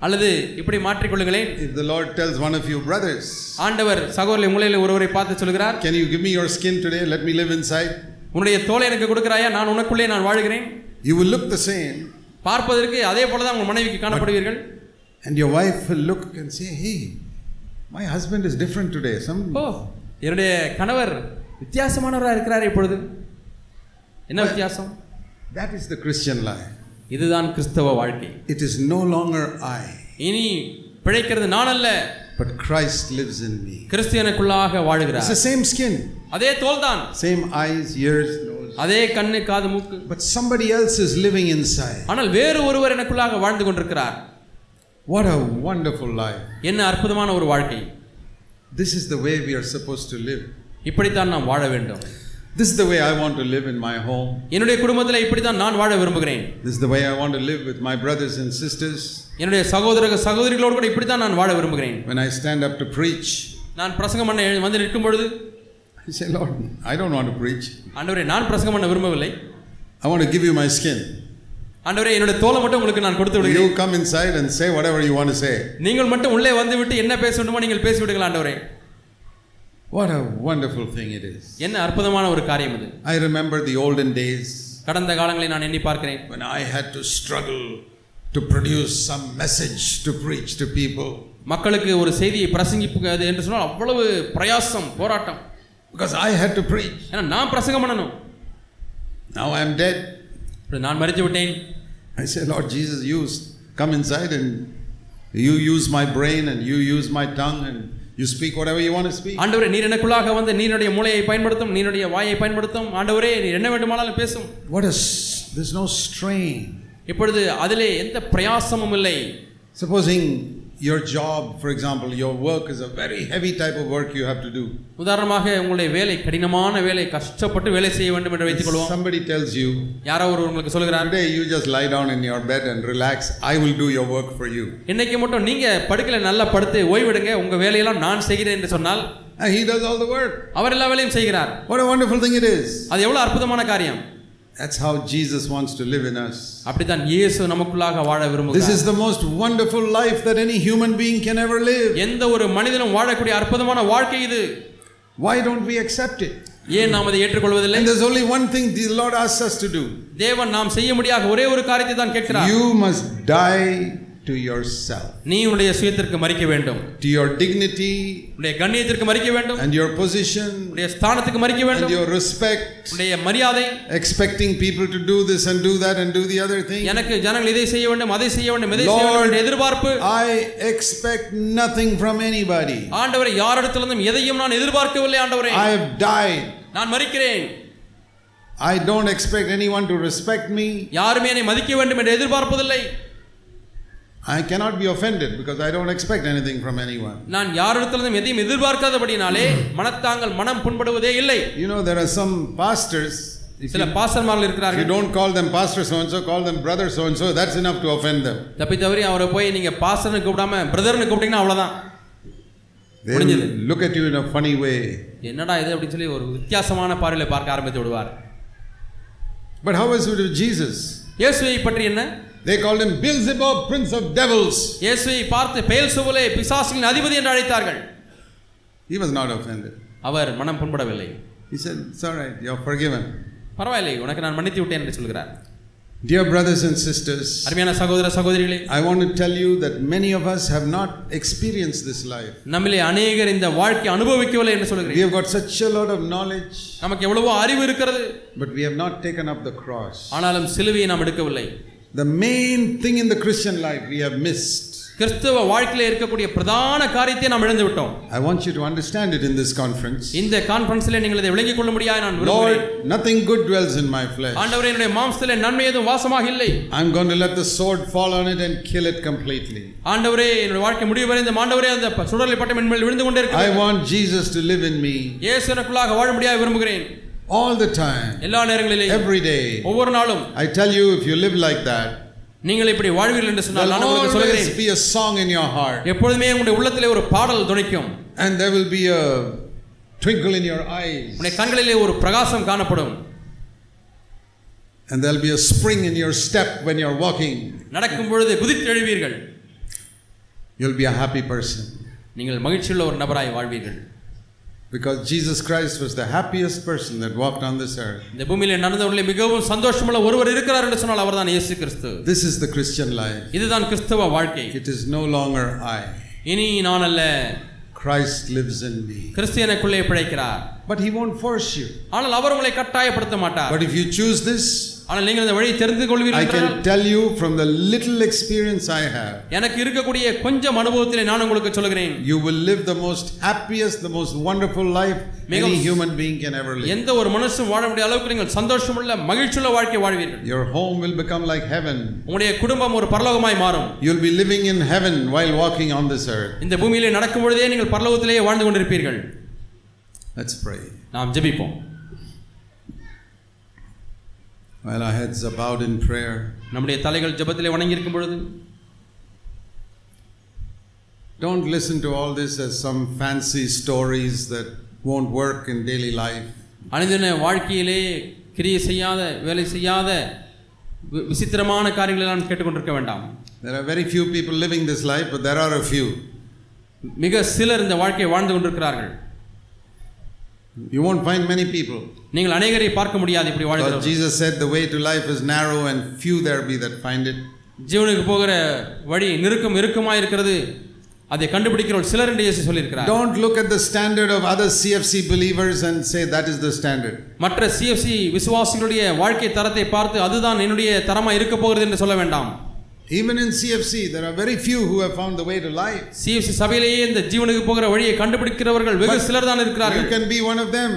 Speaker 3: அல்லது இப்படி மாற்றிக்கொள்ளுங்களேன்
Speaker 2: If the Lord tells one of you, brothers,
Speaker 3: ஆண்டவர் சகோதரி உங்களில் ஒருவரை பார்த்து சொல்கிறார்
Speaker 2: can you give me your skin today? Let me live inside.
Speaker 3: உன்னுடைய தோலை எனக்கு கொடுக்கிறாயா நான் உனக்குள்ளே நான் வாழ்கிறேன்
Speaker 2: You will look the same,
Speaker 3: பார்ப்பதற்கு அதே போல தான் உங்கள் மனைவிக்கு காணப்படுவீர்கள்
Speaker 2: and your wife will look and say, Hey, my husband is different today. Some,
Speaker 3: ஓ என்னுடைய கணவர் வித்தியாசமானவராக இருக்கிறார் இப்பொழுது என்ன வித்தியாசம்
Speaker 2: that is the Christian life.
Speaker 3: இதுதான் கிறிஸ்தவ வாழ்க்கை
Speaker 2: It is no longer I,
Speaker 3: இனி பிழைக்கிறது நான் அல்ல
Speaker 2: but Christ lives in me.
Speaker 3: கிறிஸ்து எனக்குள்ளாக
Speaker 2: It's the
Speaker 3: வாழ்கிறார்
Speaker 2: same skin,
Speaker 3: அதே தோல்தான்
Speaker 2: same eyes, ears, nose,
Speaker 3: அதே கண்ணு காது மூக்கு
Speaker 2: but somebody else is living inside.
Speaker 3: ஆனால் வேறு ஒருவர் எனக்குள்ளாக வாழ்ந்து கொண்டிருக்கிறார்
Speaker 2: What a wonderful life.
Speaker 3: என்ன அற்புதமான ஒரு வாழ்க்கை
Speaker 2: This is the way we are supposed to live.
Speaker 3: இப்படித்தான் நாம் வாழ வேண்டும்
Speaker 2: This is the way I want to live in my home.
Speaker 3: என்னுடைய குடும்பத்தில் இப்படித்தான் நான் வாழ விரும்புகிறேன்
Speaker 2: This is the way I want to live with my brothers and sisters.
Speaker 3: என்னுடைய சகோதர சகோதரிகளோடு கூட இப்படித்தான் நான் வாழ விரும்புகிறேன்
Speaker 2: When I stand up to preach,
Speaker 3: நான் பிரசங்கம் பண்ண எழு- வந்து நிற்கும் பொழுது
Speaker 2: I say, Lord, I don't want to preach.
Speaker 3: ஆண்டவரே நான் பிரசங்கம் பண்ண விரும்பவில்லை
Speaker 2: I want to give you my skin.
Speaker 3: ஆண்டவரே என்னுடைய தோலை மட்டும் உங்களுக்கு நான் கொடுத்து விடுகிறேன்
Speaker 2: You come inside and say whatever you want to say.
Speaker 3: நீங்கள் மட்டும் உள்ளே வந்து விட்டு என்ன பேச வேண்டுமோ நீங்கள் பேசிவிடுங்கள் ஆண்டவரே
Speaker 2: What a wonderful thing it is.
Speaker 3: என்ன அற்புதமான ஒரு காரியம் இது
Speaker 2: I remember the olden days
Speaker 3: கடந்த காலங்களை நான் எண்ணி பார்க்கிறேன்
Speaker 2: when I had to struggle to produce some message to preach to people
Speaker 3: மக்களுக்கு ஒரு செய்தியை பிரசங்கிப்புக்காது என்று சொன்னால் அவ்வளவு பிரயாசம் போராட்டம்
Speaker 2: because I had to preach.
Speaker 3: ஏன்னா நான் பிரசங்கம் பண்ணணும்
Speaker 2: Now I'm dead.
Speaker 3: இப்படி நான் மறித்து விட்டேன்
Speaker 2: I say, Lord Jesus, use, come inside and you use my brain and you use my tongue and you speak whatever you want to speak.
Speaker 3: ஆண்டவரே நீர் எனக்குள்ளாக வந்து நீருடைய மூளையை பயன்படுத்தும் நீருடைய வாயை பயன்படுத்தும் ஆண்டவரே நீர் என்ன வேண்டுமானாலும் பேசும்
Speaker 2: What is, there's no strain.
Speaker 3: இப்பொழுது அதிலே எந்த பிரயாசமும் இல்லை
Speaker 2: Supposing your job, for example, your work is a very heavy type of work you have to do.
Speaker 3: உதாரணமாக உங்களுடைய வேலை கடினமான வேலை கஷ்டப்பட்டு வேலை செய்ய வேண்டும் என்று வைத்துக் கொள்வோம்
Speaker 2: Somebody tells you,
Speaker 3: யாரோ ஒருவர் உங்களுக்கு சொல்கிறார்
Speaker 2: today you just lie down in your bed and relax, I will do your work for you.
Speaker 3: இன்னைக்கு மட்டும் நீங்க படுக்கையில் நல்லா படுத்து ஓய்வெடுங்க உங்க வேலையெல்லாம் நான் செய்கிறேன் என்று சொன்னால்
Speaker 2: And he does all the work.
Speaker 3: அவர் எல்லா வேலையும் செய்கிறார்
Speaker 2: What a wonderful thing it is.
Speaker 3: அது எவ்வளவு அற்புதமான காரியம்
Speaker 2: That's how Jesus wants to live in us.
Speaker 3: அப்படித்தான் இயேசு நமக்குள்ளாக வாழ
Speaker 2: This
Speaker 3: விரும்புகிறார்
Speaker 2: is the most wonderful life that any human being can ever live.
Speaker 3: எந்த ஒரு மனிதனும் வாழக்கூடிய அற்புதமான வாழ்க்கை இது
Speaker 2: Why don't we accept it?
Speaker 3: ஏன் நாம் அதை ஏற்றுக்கொள்வதில்லை
Speaker 2: And there's only one thing the Lord asks us to do
Speaker 3: தேவன் நாம் செய்ய முடியாத ஒரே ஒரு காரியத்தை தான் கேட்கிறார்
Speaker 2: you must die to yourself,
Speaker 3: நீ உன்னுடைய சுயத்திற்கு மறிக்க வேண்டும்
Speaker 2: to your dignity
Speaker 3: உன்னுடைய கண்ணியத்திற்கு மறிக்க வேண்டும்
Speaker 2: and your position
Speaker 3: உன்னுடைய ஸ்தானத்துக்கு மறிக்க
Speaker 2: and
Speaker 3: வேண்டும்
Speaker 2: your respect,
Speaker 3: உன்னுடைய மரியாதை
Speaker 2: expecting people to do this and do that and do the other thing.
Speaker 3: எனக்கு ஜனங்கள் இதை செய்ய வேண்டும் அதை செய்ய வேண்டும் இதை செய்ய வேண்டும்
Speaker 2: Lord.
Speaker 3: என்ற எதிர்பார்ப்பு
Speaker 2: I expect nothing from anybody.
Speaker 3: ஆண்டவரை யாரிடத்திலிருந்தும் எதையும் நான் எதிர்பார்க்கவில்லை ஆண்டவரே
Speaker 2: I have died.
Speaker 3: நான் மறிக்கிறேன்
Speaker 2: I don't expect anyone to respect me.
Speaker 3: யாருமே என்னை மதிக்க வேண்டும் என்று எதிர்பார்ப்பதில்லை
Speaker 2: I cannot be offended because I don't expect anything from anyone.
Speaker 3: நான் யாரிடத்திலிருந்தும் எதையும் எதிர்பார்க்காதபடினாலே மனத்தாங்கள் மனம் புண்படுவதே இல்லை
Speaker 2: You know, there are some pastors, if
Speaker 3: சில
Speaker 2: you,
Speaker 3: பாசன்மார்கள்
Speaker 2: if you
Speaker 3: இருக்கிறார்கள்
Speaker 2: don't call them pastor so and so, call them brother so and so, that's enough to offend them.
Speaker 3: தப்பி தவறி அவரை போய் நீங்க பாஸ்டர்னு கூப்பிடாம பிரதர்னு கூப்பிட்டீங்கன்னா அவ்வளவுதான்
Speaker 2: They will look at you in a funny way.
Speaker 3: என்னடா இது அப்படின்னு சொல்லி ஒரு வித்தியாசமான பார்வையில பார்க்க ஆரம்பித்து விடுவார்
Speaker 2: But how was it with Jesus?
Speaker 3: இயேசுவை பற்றி என்ன
Speaker 2: They called him Beelzebub, prince of devils.
Speaker 3: இயேசுவை பார்த்து பெயல் சுவலே பிசாசுகளின் அதிபதி என்று அழைத்தார்கள்
Speaker 2: He was not offended.
Speaker 3: அவர் மனம் புண்படவில்லை
Speaker 2: He said, It's all right, you're forgiven.
Speaker 3: பரவாயில்லை உனக்கு நான் மன்னித்து விட்டேன் என்று சொல்கிறார்
Speaker 2: Dear brothers and sisters,
Speaker 3: அருமையான சகோதர சகோதரிகளே
Speaker 2: I want to tell you that many of us have not experienced this life.
Speaker 3: நம்மிலே அநேகர் இந்த வாழ்க்கையை அனுபவிக்கவில்லை என்று
Speaker 2: We
Speaker 3: சொல்கிறேன்
Speaker 2: have got such a lot of knowledge,
Speaker 3: நமக்கு எவ்வளவோ அறிவு இருக்கிறது
Speaker 2: but we have not taken up the cross.
Speaker 3: ஆனாலும் சிலுவையை நாம் எடுக்கவில்லை
Speaker 2: The main thing in the Christian life we have missed.
Speaker 3: கிறிஸ்தவ வாழ்க்கையில இருக்கக்கூடிய பிரதான காரியத்தை நாம் இழந்து விட்டோம்
Speaker 2: I want you to understand it in this conference.
Speaker 3: இந்த கான்ஃபரன்ஸ்ல நீங்கள் இதை விளங்கிக் கொள்ள முடியாது நான் விரும்புகிறேன்
Speaker 2: Lord, nothing good dwells in my flesh.
Speaker 3: ஆண்டவரே என்னுடைய மாம்சத்திலே நன்மை எதுவும் வாசமாக இல்லை
Speaker 2: I'm going to let the sword fall on it and kill it completely.
Speaker 3: ஆண்டவரே என்னுடைய வாழ்க்கை முடிவு வரை இந்த ஆண்டவரே அந்த ப- சுடலை பட்டம் என் மேல் விழுந்து கொண்டே
Speaker 2: I
Speaker 3: இருக்கிறது
Speaker 2: want Jesus to live in me
Speaker 3: இயேசு எனக்குள்ளாக வாழ முடியாது விரும்புகிறேன்
Speaker 2: all the time,
Speaker 3: எல்லா நேரங்களிலேயும்
Speaker 2: every day.
Speaker 3: ஒவ்வொரு நாளும்
Speaker 2: I tell you, if you live like that,
Speaker 3: நீங்கள் இப்படி வாழ்வீர்கள் என்று சொன்னால்
Speaker 2: there'll
Speaker 3: நான் உங்களுக்கு
Speaker 2: always
Speaker 3: சொல்கிறேன்
Speaker 2: be a song in your heart,
Speaker 3: எப்பொழுதுமே உங்களுடைய உள்ளத்திலே ஒரு பாடல் துணிக்கும்
Speaker 2: and there will be a twinkle in your eyes,
Speaker 3: உங்களுடைய கண்களிலே ஒரு பிரகாசம் காணப்படும்
Speaker 2: and there'll be a spring in your step when you're walking.
Speaker 3: நடக்கும் பொழுது குதித்தெழுவீர்கள்
Speaker 2: You'll be a happy person
Speaker 3: நீங்கள் மகிழ்ச்சியுள்ள ஒரு நபராய் வாழ்வீர்கள்
Speaker 2: because Jesus Christ was the happiest person that walked on this earth.
Speaker 3: இந்த பூமியிலே நடந்தவர்களே மிகவும் சந்தோஷமுள்ள ஒருவர் இருக்கிறார் என்று சொன்னால் அவர்தான் இயேசு கிறிஸ்து
Speaker 2: This is the Christian life.
Speaker 3: இதுதான் கிறிஸ்தவ வாழ்க்கை
Speaker 2: It is no longer I,
Speaker 3: இனி நான் அல்ல
Speaker 2: Christ lives in me.
Speaker 3: கிறிஸ்து எனக்குள்ளே பிழைக்கிறார்
Speaker 2: But He won't force you.
Speaker 3: ஆனால் அவர் உங்களை கட்டாயப்படுத்த மாட்டார்
Speaker 2: But if you choose this,
Speaker 3: ஆனால் நீங்கள் இந்த வழியை தெரிந்து
Speaker 2: I
Speaker 3: கொள்வீர்கள்
Speaker 2: can
Speaker 3: என்றால்,
Speaker 2: tell you from the little experience I have.
Speaker 3: எனக்கு இருக்கக்கூடிய கொஞ்சம் அனுபவத்திலே நான் உங்களுக்கு சொல்கிறேன்
Speaker 2: You will live the most happiest, the most wonderful life any
Speaker 3: மிகவும்
Speaker 2: human being can ever live.
Speaker 3: எந்த ஒரு மனுஷன் வாழ முடிய அளவுக்கு நீங்கள் சந்தோஷமுள்ள மகிழ்ச்சியுள்ள வாழ்க்கை வாழ்வீர்கள்
Speaker 2: Your home will become like heaven.
Speaker 3: உங்களுடைய குடும்பம் ஒரு பரலோகமாய் மாறும்
Speaker 2: You'll be living in heaven while walking on this earth.
Speaker 3: இந்த பூமியிலே நடக்கும் பொழுதே நீங்கள் பரலோகத்திலேயே வாழ்ந்து கொண்டிருப்பீர்கள்
Speaker 2: Let's pray.
Speaker 3: நாம் ஜெபிப்போம்
Speaker 2: While our heads are bowed in prayer,
Speaker 3: நம்முடைய தலைகள் ஜெபத்திலே வணங்கியிருக்கும் பொழுது
Speaker 2: don't listen to all this as some fancy stories that won't work in daily life.
Speaker 3: அனைதின வாழ்க்கையிலே கிரியை செய்யாத வேலை செய்யாத வி- விசித்திரமான காரியங்களை எல்லாம் கேட்டுக்கொண்டிருக்க வேண்டாம்
Speaker 2: There are very few people living this life, but there are a few.
Speaker 3: மிக சிலர் இந்த வாழ்க்கையை வாழ்ந்து கொண்டிருக்கிறார்கள்
Speaker 2: You won't find many people.
Speaker 3: நீங்கள் அநேகரை பார்க்க முடியாது இப்படி
Speaker 2: Because
Speaker 3: வாழ்கிறவர்கள்
Speaker 2: Jesus said the way to life is narrow and few there be that find it.
Speaker 3: ஜீவனுக்கு போகிற வழி நெருக்கம் நெருக்கமாக இருக்கிறது அதை கண்டுபிடிக்கிறவர்கள் சிலர் என்று இயேசு சொல்லியிருக்கிறார்
Speaker 2: Don't look at the standard of other CFC believers and say that is the standard.
Speaker 3: மற்ற சிஎஃப்சி விசுவாசிகளுடைய வாழ்க்கை தரத்தை பார்த்து அதுதான் என்னுடைய தரமாக இருக்க போகிறது என்று சொல்ல வேண்டாம்
Speaker 2: Even in CFC, there are very few who have found the way to life.
Speaker 3: CFC சபையிலேயே இந்த ஜீவனுக்கு போகிற வழியை கண்டுபிடிக்கிறவர்கள் வெகு சிலர் தான்
Speaker 2: You
Speaker 3: இருக்கிறார்கள்
Speaker 2: can be one of them.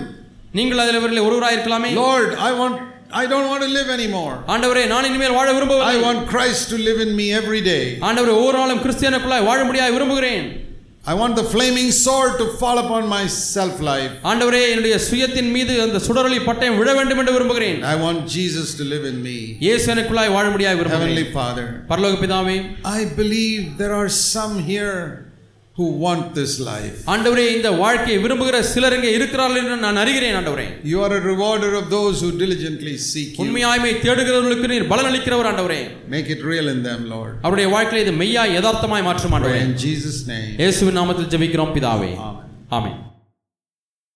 Speaker 3: நீங்கள் அதில் இவர்களை ஒருவராக இருக்கலாமே
Speaker 2: Lord, I want I don't want to live anymore.
Speaker 3: ஆண்டவரே நான் இனிமேல் வாழ
Speaker 2: I
Speaker 3: விரும்பவில்லை
Speaker 2: want Christ to live in me every day.
Speaker 3: ஆண்டவரே ஒவ்வொரு நாளும் கிறிஸ்தியனுக்குள்ளாய் வாழ முடியாய் விரும்புகிறேன்
Speaker 2: I want the flaming sword to fall upon my self life.
Speaker 3: ஆண்டவரே என்னுடைய சுயத்தின் மீது அந்த சுடரொளி பட்டயம் விழ வேண்டும் என்று விரும்புகிறேன்
Speaker 2: I want Jesus to live in me.
Speaker 3: இயேசு எனக்குள்ளாய் வாழ முடியாய் விரும்புகிறேன்
Speaker 2: Heavenly Father,
Speaker 3: பரலோக பிதாவே
Speaker 2: I believe there are some here who want this life.
Speaker 3: ஆண்டவரே இந்த வாழ்க்கையை விரும்புகிற சிலர் இங்கே இருக்கிறார்கள் என்று நான் அறிகிறேன் ஆண்டவரே
Speaker 2: You are a rewarder of those who diligently seek you.
Speaker 3: உண்மையாய்மை தேடுகிறவர்களுக்கு நீர் பலனளிக்கிறவர் ஆண்டவரே
Speaker 2: Make it real in them, Lord.
Speaker 3: அவருடைய வாழ்க்கையை இது மெய்யாய் யதார்த்தமாய் மாற்றும் ஆண்டவரே
Speaker 2: In Jesus' name.
Speaker 3: இயேசுவின் நாமத்தில் ஜெபிக்கிறோம் பிதாவே
Speaker 2: Amen.
Speaker 3: ஆமென்